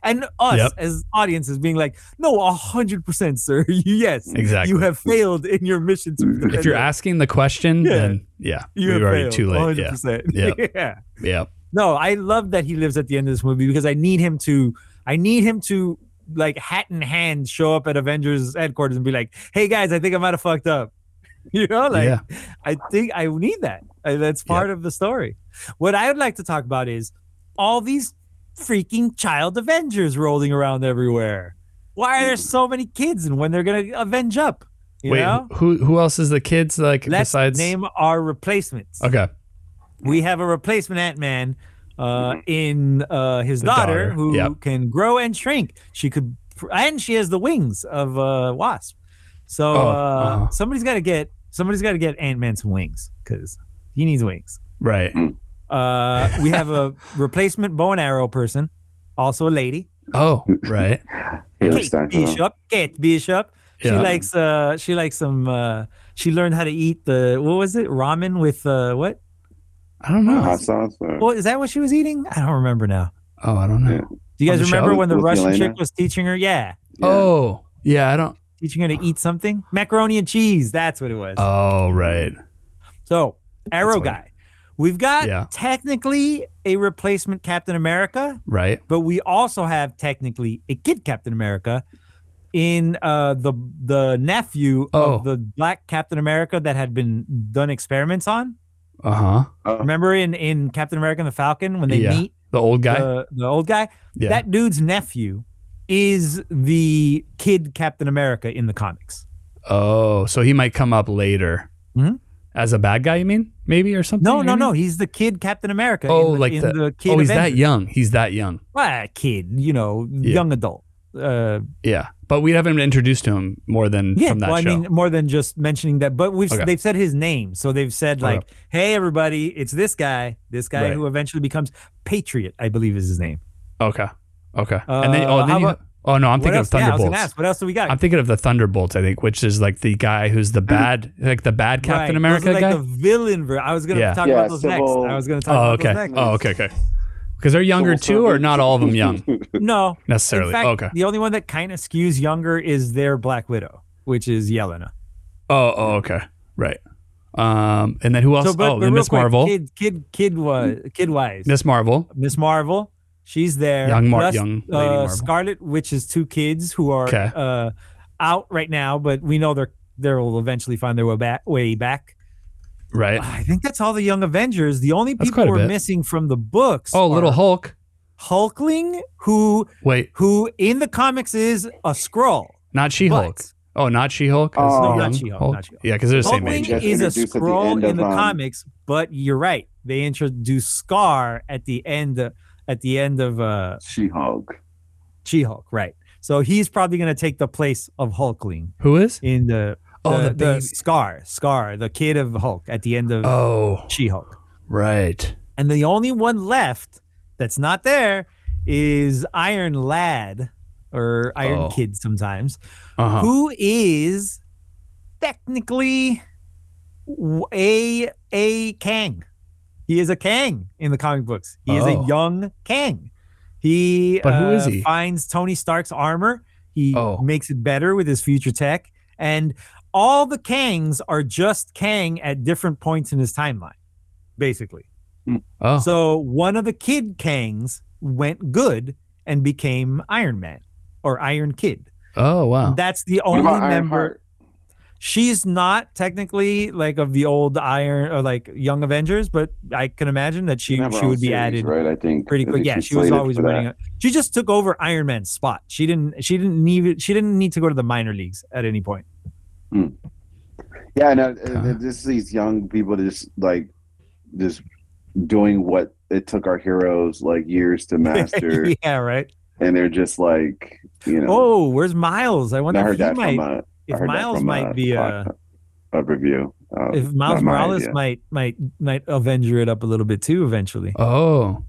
And us
Yep.
as audiences being like, no, hundred percent, sir. yes,
Exactly.
you have failed in your mission to defend
if you're
us.
asking the question,
Yeah.
then yeah,
you
we
have
are already
failed,
too late.
100%.
Yeah.
yeah.
Yeah, yeah,
No, I love that he lives at the end of this movie because I need him to. I need him to like hat in hand show up at Avengers headquarters and be like, "Hey guys, I think I might have fucked up." You know, like
yeah.
I think I need that. Uh, That's part of the story. What I would like to talk about is all these freaking child Avengers rolling around everywhere? Why are there so many kids and when they're gonna avenge up? You
Wait,
know?
who who else is the kids like
Let's
besides?
name our replacements.
okay,
We have a replacement Ant Man uh, in uh, his daughter,
Mm-hmm. daughter,
who
yep.
can grow and shrink. She could, and she has the wings of a wasp. So
Oh,
uh,
uh-huh.
somebody's got to get somebody's got to get Ant Man some wings because he needs wings.
right.
Uh, we have a replacement bow and arrow person, also a lady.
Oh, right.
Haley
Kate
Steinfeld.
Bishop. Kate Bishop. She
uh-huh. Yeah.
likes uh she likes some uh she learned how to eat the what was it? Ramen with uh what?
I don't know.
Hot sauce. or-
Well, is that what she was eating? I don't remember now.
Oh, I don't know.
Do you
On
guys
the show?
remember when the
With
Russian
Yelena?
chick was teaching her? Yeah,
Yeah.
Oh, yeah. I don't.
teaching her to eat something, macaroni and cheese. That's what it was.
Oh, right.
so, Arrow
what-
guy, we've got
Yeah.
technically a replacement Captain America,
Right.
but we also have technically a kid Captain America in uh, the the nephew
Oh.
of the black Captain America that had been done experiments on.
Uh huh.
Oh,
Remember in in Captain America and the Falcon when they
Yeah.
meet
The old guy.
the, the old guy.
yeah.
Uh, That dude's nephew is the kid Captain America in the comics.
oh, so he might come up later
Mhm.
as a bad guy. You mean maybe or something?
No, no,
maybe?
no. He's the kid Captain America. in
Oh,
the-
like
in
the,
the, kid.
oh, he's that
Avenger.
young. He's that young.
Well, kid, you know,
Yeah.
young adult. Uh,
Yeah, but we haven't been introduced to him more than
yeah,
from that
well, I
show.
mean, more than just mentioning that, but we've
Okay.
they've said his name, so they've said
Okay.
like, "Hey, everybody, it's this guy, this guy
Right.
who eventually becomes Patriot, I believe is his name."
okay, okay, and then
Uh,
oh,
how
then you,
about-
oh no, I'm
what
thinking of
else? Yeah, I was gonna
Thunderbolts.
ask, what else do we got?
I'm thinking of the Thunderbolts. I think, which is like the guy who's the bad, like the bad Captain
Mm. Right, those
America
are like
guy.
The villain. Ver- I was gonna
Yeah.
talk
Yeah,
about those
Civil-
next. I was gonna talk.
oh,
about those
okay.
next.
Oh, okay, okay. Because they're younger
Civil
too, or
servant.
not all of them young
No,
necessarily.
In fact,
okay.
The only one that kind of skews younger is their Black Widow, which is Yelena.
Oh, oh, okay, right. Um, and then who else?
So, but,
oh,
but
then
real
Miss
quick,
Marvel. Hmm.
kid, kid, kid, wa- kid wise, Miss,
Miss Marvel.
Marvel, she's there.
Young Mar-
plus,
young Lady
uh,
Marvel.
Scarlet Witch's two kids who are
Okay.
uh, out right now, but we know they're they'll eventually find their way back. Way back.
Right.
I think that's all the Young Avengers. The only
That's
people
quite a
we're
bit.
missing from the books.
Oh, Little
are
Hulk.
Hulkling, who
Wait,
who in the comics is a scroll.
not She Hulk. Oh, not She Hulk.
Oh. No,
not She-Hulk, not She-Hulk.
Yeah, because they're the same
Hulkling
age.
Hulk- Just
is a
introduced at the
scroll
end
in
of,
the
um,
comics, but you're right. They introduce Scar at the end at the end of uh
She-Hulk.
She-Hulk, right? So he's probably going to take the place of Hulkling
Who is?
in the
Oh,
the,
the
the
baby.
Scar, Scar, the kid of Hulk at the end of
Oh,
She-Hulk.
right.
And the only one left that's not there is Iron Lad or Iron
Oh.
Kid sometimes.
Uh huh.
who is technically w- a a Kang. He is a Kang in the comic books. He is
Oh.
a young Kang. He uh,
But who is he?
finds Tony Stark's armor. He
Oh.
makes it better with his future tech, and all the Kangs are just Kang at different points in his timeline, basically.
Oh,
So one of the kid Kangs went good and became Iron Man or Iron Kid.
oh wow.
That's the
What
only
about
member.
Ironheart?
She's not technically like of the old Iron or like Young Avengers, but I can imagine that she
Didn't have her
she
own
would be
series,
added
right. I think
pretty
I
quick.
think
Yeah,
she's
she was
slated
always
for that.
running. it. She just took over Iron Man's spot. She didn't. She didn't need. She didn't need to go to the minor leagues at any point.
Yeah, no,
Kinda.
uh, just these young people just like just doing what it took our heroes like years to master,
yeah, right.
and they're just like you know.
Oh, where's Miles? I
I
wonder if
heard
he
that
might.
from a, I
if
heard that
Miles
from uh,
might be a.
pod- a review. Uh,
If Miles
not my
Morales
idea.
might might might Avenger it up a little bit too eventually.
Oh,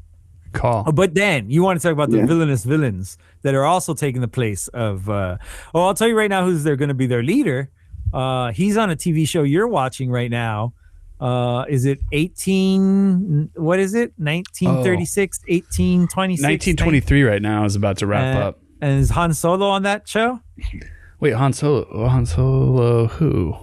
call.
Oh, but then you want to talk about the
Yeah.
villainous villains that are also taking the place of. Uh, well, I'll tell you right now who's they're going to be their leader. Uh, he's on a TV show you're watching right now. Uh, is it 18? What is it? 1936, 1826.
1923 right now is about to Oh. wrap
Uh,
up.
And is Han Solo on that show?
Wait, Han Solo. oh, Han Solo. Who?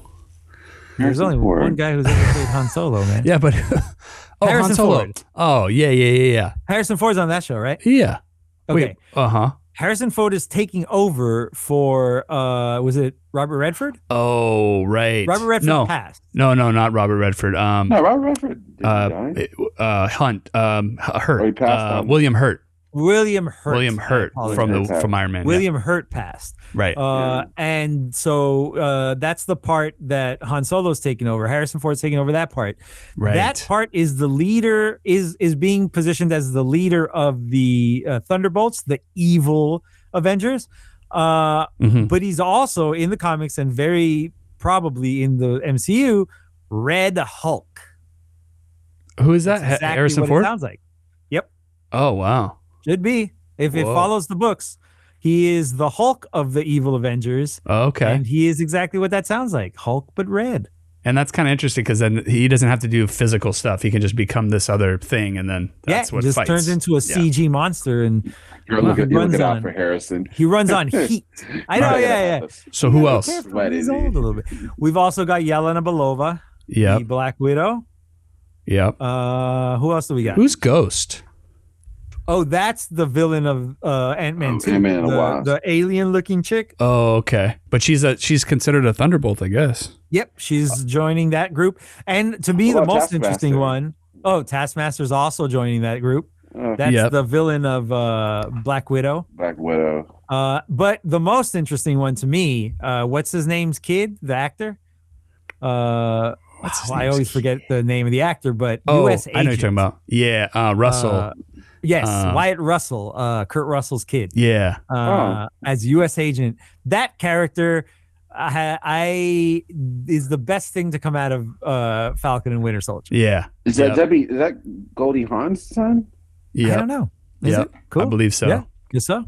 There's
Harrison
only
Ford.
one guy who's ever played Han Solo, man.
Yeah, but oh, Han
Harrison
Solo.
Ford.
Oh, yeah, yeah, yeah,
Harrison Ford's on that show, right?
yeah. Yeah.
Okay.
Uh huh.
Harrison Ford is taking over for uh was it Robert Redford?
Oh, right.
Robert Redford
No,
passed.
no, no, not Robert Redford. Um,
No, Robert Redford didn't
uh,
die.
uh, Hunt, um, H- Hurt,
Oh, he passed
uh,
on.
William Hurt,
William Hurt.
William
I
Hurt
apologize.
from the
Hurt.
from Iron Man. yeah.
William Hurt passed.
right?
Uh, And so uh, that's the part that Han Solo's taking over. Harrison Ford's taking over that part.
right.
That part is the leader is is being positioned as the leader of the uh, Thunderbolts, the evil Avengers. Uh,
Mhm.
but he's also in the comics and very probably in the MCU, Red Hulk.
Who is that?
That's
Ha-
exactly
Harrison
what
Ford.
It sounds like
Oh wow.
should be if it
Whoa.
follows the books. He is the Hulk of the evil Avengers,
Okay.
and he is exactly what that sounds like: Hulk but red.
And that's kind of interesting because then he doesn't have to do physical stuff. He can just become this other thing, and then that's
yeah,
what
just
fights.
turns into a
Yeah.
CG monster, and
You're looking, you're
runs
looking
on.
out for Harrison.
he runs on heat. I know, yeah, yeah.
so who
Be
else?
careful,
Sweat
he's
it
old
is.
a little bit. We've also got Yelena Belova,
Yep.
the Black Widow.
Yep.
Uh, who else do we got?
Who's Ghost?
oh, that's the villain of uh, Ant Man
Oh,
Two,
Ant-Man and the
the,
Wasp.
the alien-looking chick.
Oh, okay. But she's a she's considered a thunderbolt, I guess.
Yep, she's joining that group. And to me,
What
the
about
most interesting
Taskmaster?
one, oh, Taskmaster's also joining that group.
Oh,
That's
Yep.
the villain of uh, Black Widow.
Black Widow.
Uh, but the most interesting one to me, uh, what's his name's kid, the actor? Uh,
What's his
wow, I
name's
always
kid?
forget the name of the actor, but
Oh,
U.S.
I know what you're
agent.
talking about. Yeah, uh, Russell.
Uh, yes,
Uh,
Wyatt Russell, uh, Kurt Russell's kid.
yeah.
Oh.
uh, as U.S. agent. That character, I, I is the best thing to come out of uh, Falcon and Winter Soldier.
Yeah.
Is that
Yep.
Debbie? Is that Goldie Hawn's son?
I
Yeah.
don't know. Is
Yeah,
it cool?
I believe Hmm. so.
Yeah, guess so.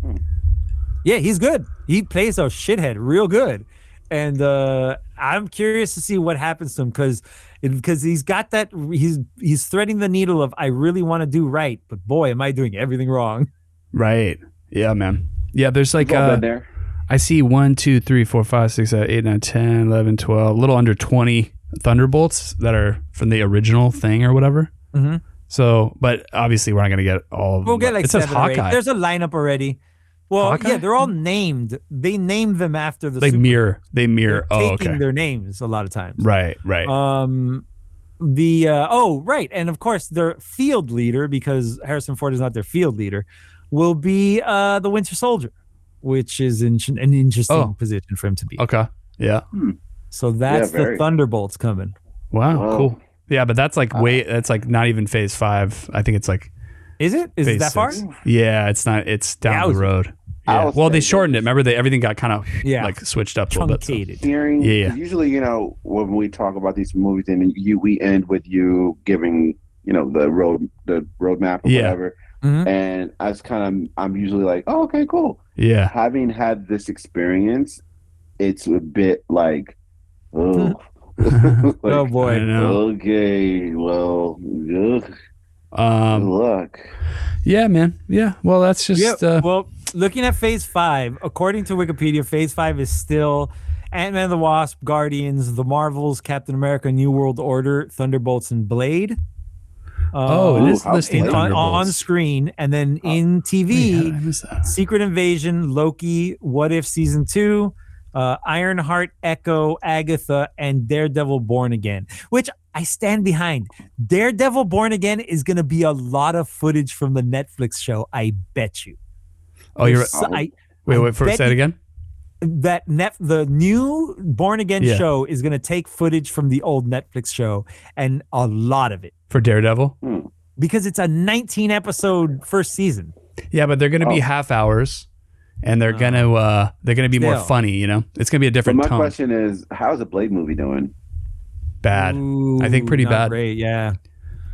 Yeah, he's good. He plays a shithead real good, and uh, I'm curious to see what happens to him because because he's got that he's he's threading the needle of I really want to do right, but boy, am I doing everything wrong.
Right. Yeah, man. Yeah, there's like
We've all
uh,
been there.
I see one, two, three, four, five, six, seven, eight, nine, 10, 11, 12, a little under 20 Thunderbolts that are from the original thing or whatever.
Mm-hmm.
So, but obviously we're not going to get all of
We'll
them.
get like
it says
seven or eight.
Hawkeye.
There's a lineup already. Well,
Hawkeye?
yeah, they're all named. They named them after the
They
super-
mirror. They
they're
mirror. Oh,
taking
okay.
their names a lot of times.
right, right.
Um, the uh, oh right, and of course their field leader because Harrison Ford is not their field leader, will be uh, the Winter Soldier, which is in, an interesting
Oh.
position for him to be.
okay. Yeah.
So that's the
very.
Thunderbolts coming.
Wow.
Wow. Uh,
Cool. Yeah, but that's like way. That's like not even phase five. I think it's like
Is it? Is it
phase
that far?
six. Yeah, it's not. It's down
Yowzers.
the road.
I
Yeah.
would
Well,
say
they
that-
shortened it. Remember, they everything got kind of
Yeah.
like switched up a little bit. so-
Truncated.
Hearing,
Yeah, yeah.
'cause usually, you know, when we talk about these movies, and you we end with you giving, you know, the road the roadmap or
Yeah.
whatever.
Mhm.
And I was kind of, I'm usually like, oh, okay, cool.
Yeah.
Having had this experience, it's a bit like, oh,
Oh
Like,
I
boy.
know.
Okay, well, good
Um,
luck.
Yeah, man. Yeah. Well, that's just
Yeah.
uh,
well, looking at Phase Five, according to Wikipedia, Phase Five is still Ant Man and the Wasp, Guardians, The Marvels, Captain America, New World Order, Thunderbolts, and Blade.
oh,
Ooh,
it is
how
listing
in, on, on
Thunderbolts.
screen and then
Oh,
in
Yeah, I
TV,
missed that.
Secret Invasion, Loki, What If Season 2, uh, Ironheart, Echo, Agatha, and Daredevil Born Again, which I stand behind. Daredevil Born Again is going to be a lot of footage from the Netflix show, I bet you.
Oh, you're
There's- I,
wait.
I
Wait for
bet
say it
you-
again.
that net the new Born Again
Yeah.
show is going to take footage from the old Netflix show and a lot of it
For Daredevil.
because it's a 19 episode first season.
Yeah, but they're going to be
Oh.
half hours, and they're going to uh, they're going to be more
Still.
funny. You know, it's going to be a
But
different
my
tone.
question is, how's the Blade movie doing?
Bad. I think
Ooh,
pretty
not
bad.
Great, yeah.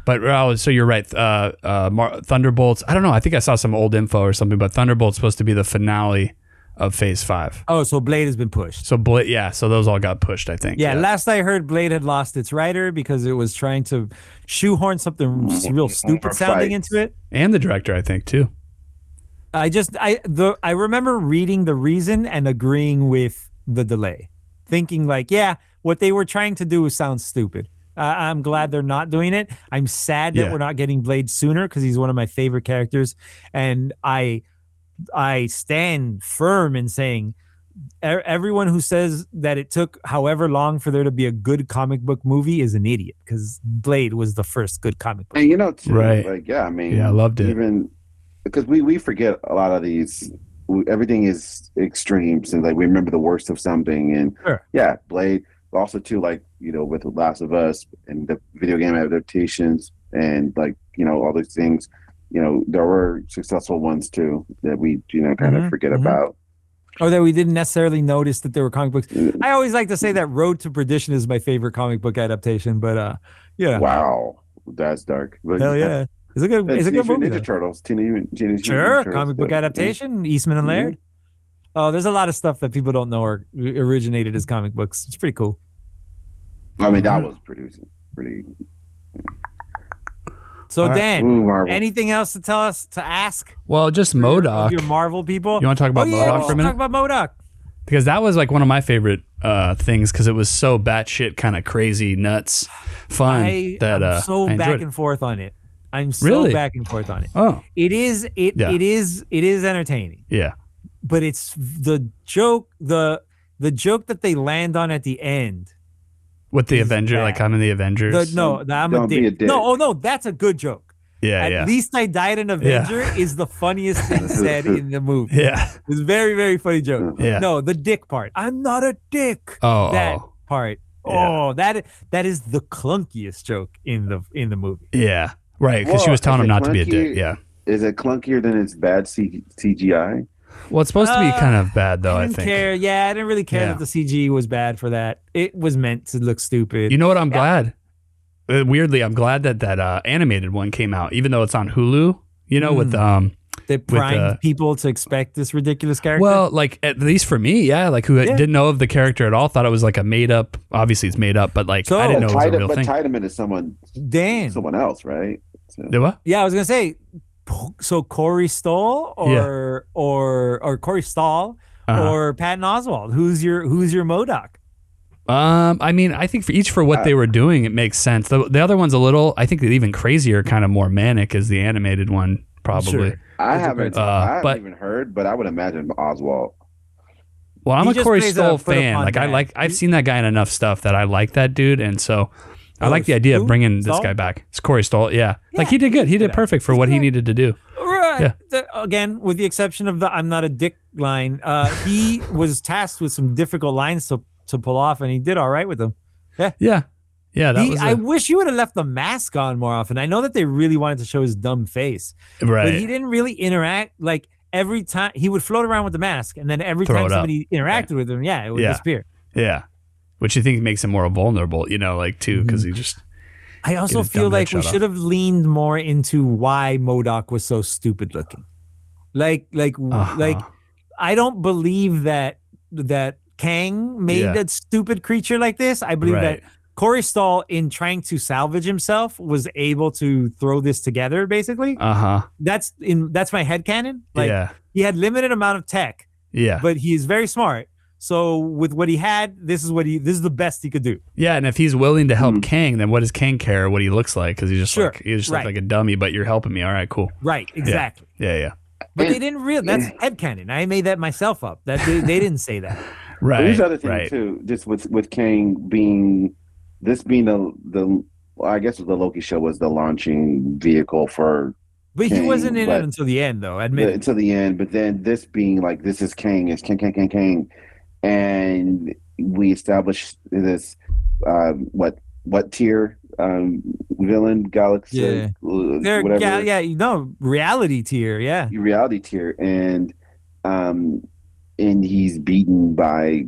But oh, so you're right. Uh, uh, Mar- Thunderbolts. I don't know. I think I saw some old info or something. But Thunderbolts supposed to be the finale of Phase Five.
Oh, so Blade has been pushed.
So Bla- yeah. So those all got pushed. I think.
Yeah, last I heard, Blade had lost its writer because it was trying to shoehorn something s- real stupid sounding
Fights.
into it.
and the director, I think too.
I just I the I remember reading the reason and agreeing with the delay, thinking like, yeah, what they were trying to do was sound stupid. Uh, I'm glad they're not doing it. I'm sad that
Yeah.
we're not getting Blade sooner because he's one of my favorite characters, and I I stand firm in saying e- everyone who says that it took however long for there to be a good comic book movie is an idiot because Blade was the first good comic book.
And you know, too,
Right.
Like, yeah, I mean,
Yeah, I loved it.
Even because we we forget a lot of these. we- Everything is extremes, and like we remember the worst of something. And
Sure.
yeah, Blade. Also, too, like you know, with The Last of Us and the video game adaptations, and like you know, all these things. You know, there were successful ones too that we you know kind
Mhm,
of forget
mhm.
about.
Or Oh, that we didn't necessarily notice that there were comic books. I always like to say that Road to Perdition is my favorite comic book adaptation, but uh, yeah,
Wow, that's dark. But
hell yeah, it's a good,
That's
it's a good
Teenage
movie.
Mutant
though.
Ninja Turtles. Teenage, Teenage Mutant
Sure,
Ninja Turtles,
comic book
but-
adaptation, Eastman and
Mhm.
Laird. Oh, there's a lot of stuff that people don't know or originated as comic books. It's pretty cool.
I mean,
Mm-hmm.
that was pretty, pretty.
So
All right.
Dan,
Ooh, Marvel.
anything else to tell us to ask
Well, just
of
Modoc.
your
You
Marvel people?
want to talk about
oh, yeah,
Modoc
let's
for a minute?
Talk about Modoc.
because that was like one of my favorite uh, things because it was so batshit kind of crazy, nuts, fun
I am
that uh,
so
I enjoyed
back
it.
and forth on it. I'm so
Really?
back and forth on it.
Oh
It is it
Yeah.
it is it is entertaining,
yeah,
but it's the joke the the joke that they land on at the end.
with the
He's
Avenger,
bad.
like I'm in the Avengers.
The, no, the, I'm a
Don't
dick.
be a dick.
No, oh no, that's a good joke.
yeah,
At
yeah,
least I died an Avenger is the funniest thing said in the movie.
yeah,
It's a very, very funny joke.
Uh-huh.
yeah.
No, the dick part. I'm not a dick.
oh,
that
oh,
part.
Yeah.
Oh, that that is the clunkiest joke in the in the movie.
yeah, right. Because she
Well,
was telling
is
him
it
not to be a dick.
clunky?
Yeah.
Is it clunkier than its bad C- CGI?
Well, it's supposed to be
Uh,
kind of bad though.
I
I
didn't
think.
care. Yeah, I didn't really care
Yeah.
that the CG was bad for that. It was meant to look stupid.
You know what? I'm glad. Uh, Weirdly, I'm glad that that uh, animated one came out, even though it's on Hulu. You know, with
Mm.
um,
they primed
uh,
people to expect this ridiculous character.
Well, like at least for me, yeah, like who
Yeah.
didn't know of the character at all, thought it was like a made up. Obviously, it's made up, but like
So-
I didn't know
but
it was a real
but
thing.
Titaman is someone,
Dan.
someone else, right? So,
The what?
Yeah, I was gonna say. So Corey Stoll or
Yeah.
or or Corey Stahl
Uh-huh.
or Patton Oswald? Who's your who's your Modoc?
um, I mean, I think for each for what
Uh,
they were doing, it makes sense. The, the other one's a little, I think, the even crazier, kind of more manic, is the animated one, probably.
Sure.
I
It's a
haven't,
great- Uh,
I haven't
but-
even heard, but I would imagine Oswald.
Well, I'm
He
a
just
Corey
plays a
Stoll
foot
fan.
upon
Like I
dad.
like, I've
He-
seen that guy in enough stuff that I like that dude, and so. I
Oh,
like the
it's
idea
who?
of bringing this
Stoll?
guy back. It's Corey Stoll, yeah. Like
Yeah,
he did good. He
he's
did
good.
perfect for
He's
what he
good.
needed to do.
Right.
Yeah.
The- again, with the exception of the "I'm not a dick" line, uh, he was tasked with some difficult lines to to pull off, and he did all right with them.
Yeah, yeah. That
He-
was a-
I wish you would have left the mask on more often. I know that they really wanted to show his dumb face,
right.
but he didn't really interact. Like every time he would float around with the mask, and then every
Throw
time
it up.
somebody interacted with him, yeah, it would
Yeah.
disappear.
Yeah. Which you think makes him more vulnerable, you know, like too, because he
Mm-hmm.
just
I also
his
feel
dumb head
like we
shot off.
should have leaned more into why Modoc was so stupid looking. Like, like,
Uh-huh.
like, I don't believe that that Kang made
Yeah.
that stupid creature like this. I believe that
Right.
Corey Stahl, in trying to salvage himself, was able to throw this together. Basically,
Uh huh.
that's in that's my headcanon. Like
yeah.
he had limited amount of tech,
Yeah.
but he is very smart. So with what he had, this is what he this is the best he could do.
yeah. And if he's willing to help Kang, then what does Kang care what he looks like? Because he's just
Mm-hmm. Sure.
like, he just
Right.
looked like a dummy, but you're helping me. All right, cool.
Right, exactly.
Yeah. Yeah.
But they didn't real that's headcanon. I made that myself up. That they, they didn't say that.
Right.
But here's the other thing
right.
too, just with with Kang being this being the the. well, I guess the Loki show was the launching vehicle for
But he
Kang,
wasn't in
but-
it until the end though,
the-
admit it.
to the end, but then this being like this is Kang, it's Kang, Kang, Kang, Kang, and we established this um, what what tier um, villain galaxy
Yeah.
uh,
They're
whatever
yeah, yeah, you know, reality tier, yeah.
reality tier, and um, and he's beaten by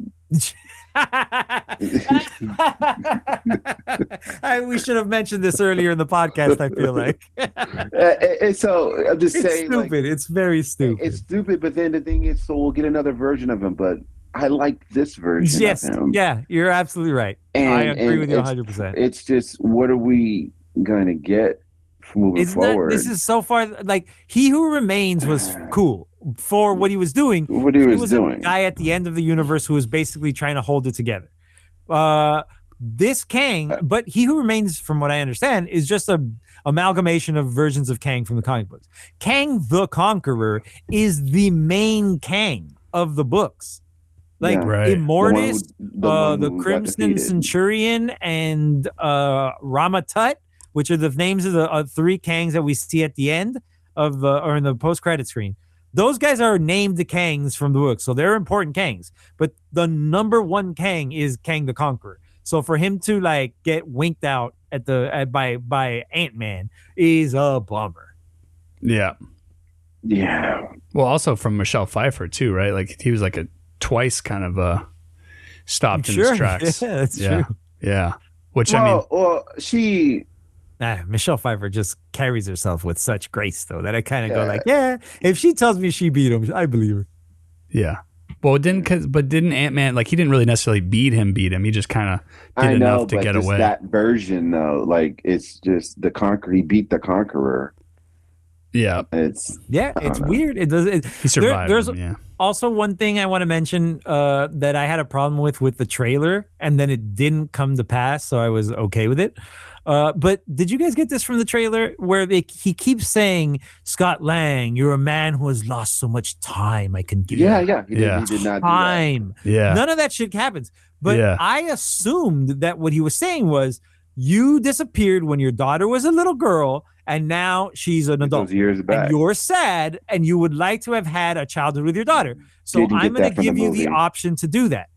I, we should have mentioned this earlier in the podcast. I feel like
uh, and so I'm just
it's
saying like,
stupid. it's very stupid.
it's stupid, but then the thing is, so we'll get another version of him, but. I like this version.
yes,
of him.
yeah, you're absolutely right.
And-
I agree
and
with you
it's-
100. percent
it's just what are we going to get f- moving
It's not.
forward?
This is so far like he who remains was cool for what he was doing.
what he
He
was,
was a
doing.
guy at the end of the universe who was basically trying to hold it together. Uh, this Kang,
Uh,
but he who remains, from what I understand, is just a amalgamation of versions of Kang from the comic books. Kang the Conqueror is the main Kang of the books. Like
Yeah.
Right.
Immortus,
the,
uh,
one
the
who got
Crimson
defeated.
Centurion and uh, Rama Tut, which are the names of the uh, three Kangs that we see at the end of the or in the post credit screen. Those guys are named the Kangs from the book, so they're important Kangs. But the number one Kang is Kang the Conqueror. So for him to like get winked out at the at, by by Ant Man is a bummer.
Yeah.
Yeah.
Well, also from Michelle Pfeiffer too, right? Like he was like a twice kind of uh stopped in his tracks.
yeah, that's
yeah.
true.
Yeah. Which
well,
I mean,
well, she
Nah, Michelle Pfeiffer just carries herself with such grace, though, that I kind of
Yeah.
go like, yeah. If she tells me she beat him, I believe her.
yeah. Well, it didn't cause, but didn't Ant Man like he didn't really necessarily beat him, beat him. He just kind of did
I know,
enough to
but
get
just
away.
that version though, like it's just the conqueror. He beat the conqueror.
yeah,
It's
Yeah,
I don't
it's
know.
weird. It does. It,
he survived.
there's-
him, yeah,
also, one thing I want to mention uh, that I had a problem with with the trailer, and then it didn't come to pass, so I was okay with it. Uh, but did you guys get this from the trailer where they, he keeps saying, "Scott Lang, you're a man who has lost so much time. I can give
yeah,
you
yeah. He,
Yeah.
Did, he did not. Do that.
time."
yeah,
None of that shit happens. But
Yeah.
I assumed that what he was saying was you disappeared when your daughter was a little girl and now she's an adult.
Those years back.
And you're sad and you would like to have had a childhood with your daughter. So
Didn't get
I'm going
that
to
from the
give you
movie.
the option to do that.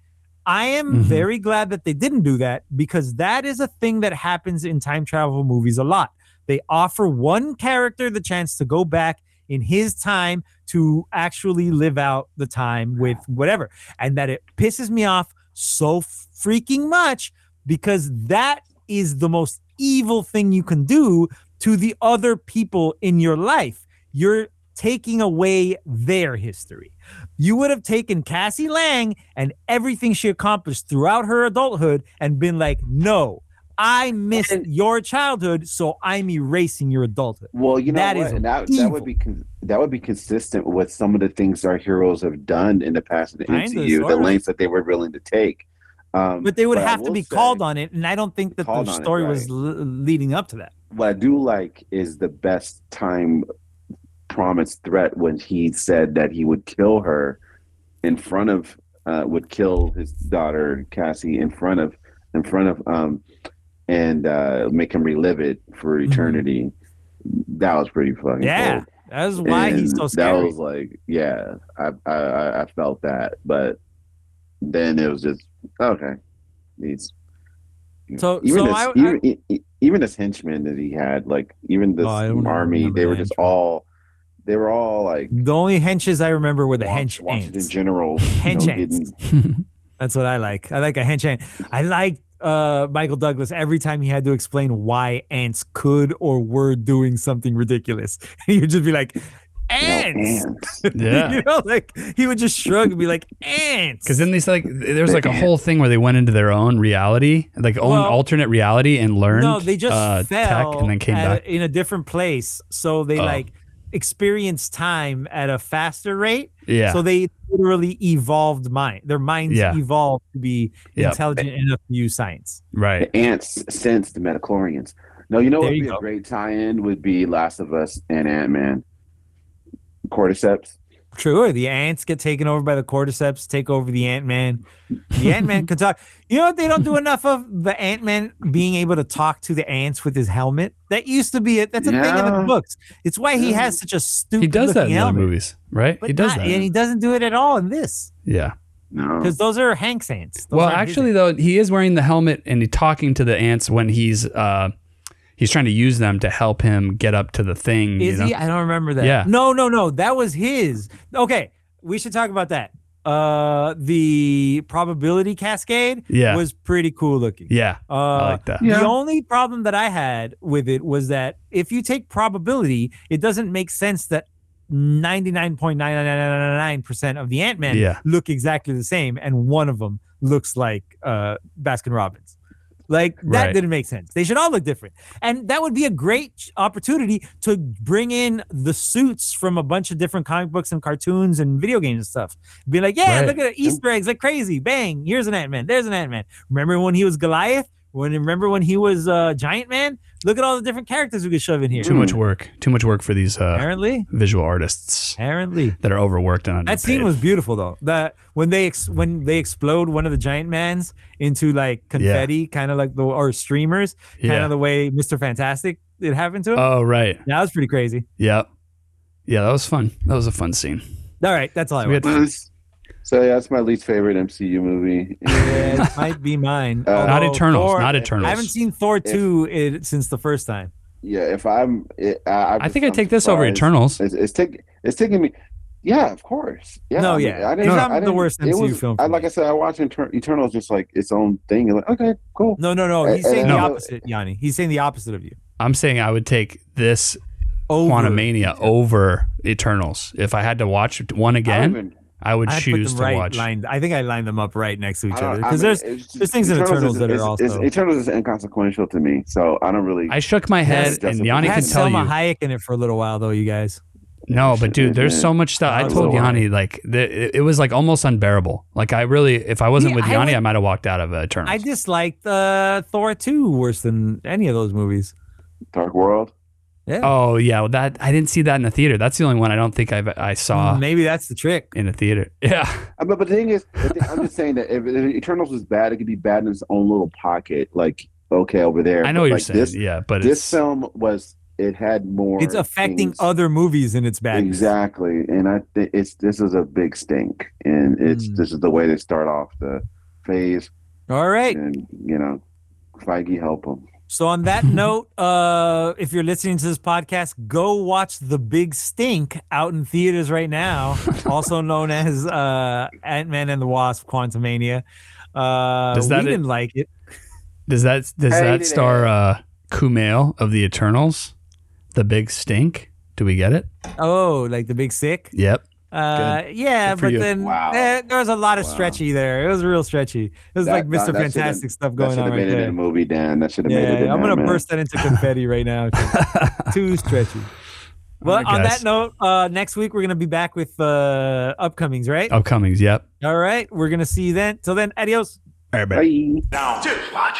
I am
Mhm.
very glad that they didn't do that because that is a thing that happens in time travel movies a lot. They offer one character the chance to go back in his time to actually live out the time with whatever. And that it pisses me off so freaking much because that is the most evil thing you can do to the other people in your life. You're taking away their history. You would have taken Cassie Lang and everything she accomplished throughout her adulthood and been like, no, I missed your childhood, so I'm erasing your adulthood.
Well, you know
That
what?
is
And that, that
evil.
would be con- that would be consistent with some of the things our heroes have done in the past in the
Kinda,
MCU, the
sorta.
lengths that they were willing to take. Um,
But they would
I
have to
will
be
say-
called on it, and I don't think that the
Called on it,
story was l- leading up to that.
what I do like is the best time promised threat when he said that he would kill her in front of uh, would kill his daughter Cassie in front of in front of um and uh, make him relive it for
Mhm.
eternity. That was pretty fucking
Yeah,
cool.
that's why he's
And
so scary.
That was like yeah, I, I I I felt that, but then it was just okay. He's
So-
even
so
this,
I-
even, e- e- even this henchman that he had, like even this
Oh, I don't
army,
remember
they
the
were just
henchman.
all, they were all like
the only henches I remember were the
Wash-
hench
Washington
ants.
generals, you know,
Hench ants.
getting-
That's what I like. I like a hench ant. I like uh, Michael Douglas every time he had to explain why ants could or were doing something ridiculous. He'd just be like,
you know,
ants.
ants.
yeah.
you know, like he would just shrug and be like, ants.
Because then these like there was like a whole thing where they went into their own reality, like own
Well,
alternate reality, and learned.
no, they just
uh,
fell
tech and then came
at-
back.
in a different place. So they
Oh.
like experienced time at a faster rate.
Yeah,
So they literally evolved mind. Their minds
Yeah.
evolved to be
Yeah.
intelligent enough to use science.
right.
The ants sensed the metachlorians. No, you know what
There
would
you
be
go.
a great tie-in would be Last of Us and Ant Man, Cordyceps.
True. The ants get taken over by the cordyceps, take over the Ant Man. The Ant Man can talk. You know what they don't do enough of? The Ant Man being able to talk to the ants with his helmet. That used to be it. That's a thing in the
Yeah.
books. It's why he
Yeah.
has such a stupid.
He does that in other
helmet.
movies, right?
But
he does
not-
that.
and he doesn't do it at all in this
yeah.
No,
because those are Hank's ants. Those
well,
aren't his
actually,
ants.
though, he is wearing the helmet and he talking to the ants when he's uh he's trying to use them to help him get up to the thing.
is
you know?
he? I don't remember that.
Yeah.
No, no, no. That was his. Okay, we should talk about that. Uh, the probability cascade
Yeah.
was pretty cool looking.
Yeah,
Uh,
I like that.
Yeah.
The only problem that I had with it was that if you take probability, it doesn't make sense that 99.99999% of the Ant Man
Yeah.
look exactly the same, and one of them looks like uh, Baskin Robbins. Like that
Right.
didn't make sense. They should all look different, and that would be a great ch- opportunity to bring in the suits from a bunch of different comic books and cartoons and video games and stuff. Be like, yeah,
Right.
look at Easter eggs like crazy. Bang! Here's an Ant Man. There's an Ant Man. Remember when he was Goliath? When remember when he was uh, Giant Man? Look at all the different characters we could shove in here.
Too much work. Too much work for these uh,
Apparently,
visual artists
apparently.
that are overworked and underpaid.
That scene was beautiful though. That when they ex- when they explode one of the giant mans into like confetti, kind of like the or streamers, kind
Yeah.
of the way Mister Fantastic it happened to him.
Oh right.
that was pretty crazy.
Yep. Yeah, that was fun. That was a fun scene.
All right, that's all I
We
want.
had-
So yeah, that's my least favorite MCU movie.
Yeah, it might be mine.
Uh,
not
Although
Eternals.
Thor-
Not
Oh, I
Eternals.
haven't seen Thor two it, since the first time.
Yeah, if I'm, it, I,
I think I take this over Eternals.
It's, it's taking it's taking me. Yeah, of course. Yeah,
No,
I mean,
yeah.
I didn't,
It's
I
not the
didn't-
worst
it
MCU
was-
film for
I, like
me.
I said, I watched Eter- Eternals just like its own thing. and Like, okay, cool.
No, no, no.
Uh,
He's saying
uh,
the
no.
opposite, Yanni. He's saying the opposite of you.
I'm saying I would take this
Over.
Quantumania over Eternals. If I had to watch one
I
again,
don't even-
I would
I had to put
choose
them
to
right
watch.
lined. I think I lined them up right next to each
I don't-
other
I
because
mean,
there's
it's just-
there's things in Eternals
is-
that are
is- is-
also-
Eternals is inconsequential to me, so I don't really.
I shook my head,
Justin,
and Yanni
I
can
had
tell
Selma
you.
Hayek in it for a little while though. You guys.
No, but dude, there's so much stuff. I
That was
told
a lot.
Yanni like th- it it was like almost unbearable. Like I really, if I wasn't
Yeah,
with
I
Yanni,
would-
I, might have walked out of uh, Eternals.
I disliked uh, Thor 2 worse than any of those movies.
Dark World.
Yeah.
oh yeah, well, that I didn't see that in the theater. That's the only one I don't think I've, I saw
Mm, Maybe that's the trick.
in the theater. Yeah,
Uh, But, but the thing is, the thing- I'm just saying that if, if Eternals is bad, it could be bad in its own little pocket. Like, okay, over there.
I know
But,
what you're
like,
saying.
This,
yeah, but
this
it's,
film was. It had more.
It's affecting
things-
other movies in its bad.
Exactly, and I think it's this is a big stink, and it's
Mm.
this is the way they start off the phase,
All right.
and you know, Feige help them.
So on that note, uh, if you're listening to this podcast, go watch The Big Stink out in theaters right now, also known as uh, Ant-Man and the Wasp: Quantumania. Uh,
Does that-
we didn't like it.
does that does
Hey,
that
did
star uh, Kumail of the Eternals, the big stink? Do we get it?
Oh, like the Big Sick.
Yep.
Uh, yeah,
Good for
but
you.
then
Wow.
eh, there was a lot of
Wow.
stretchy there. It was real stretchy. It was
That- that-
like Mr.
that should've-
Fantastic stuff
That
going
should
on
have
right
made it in
there.
a movie, Dan. That should have made it.
Yeah,
in
I'm
there,
gonna
man.
burst that into confetti right now. Too stretchy. Well,
Alright,
on
guys.
that note, uh, next week we're gonna be back with uh, upcomings, right?
Upcomings. Yep.
Oh,
All right, we're gonna see you then. Till then, adios.
Bye.
Now, watch.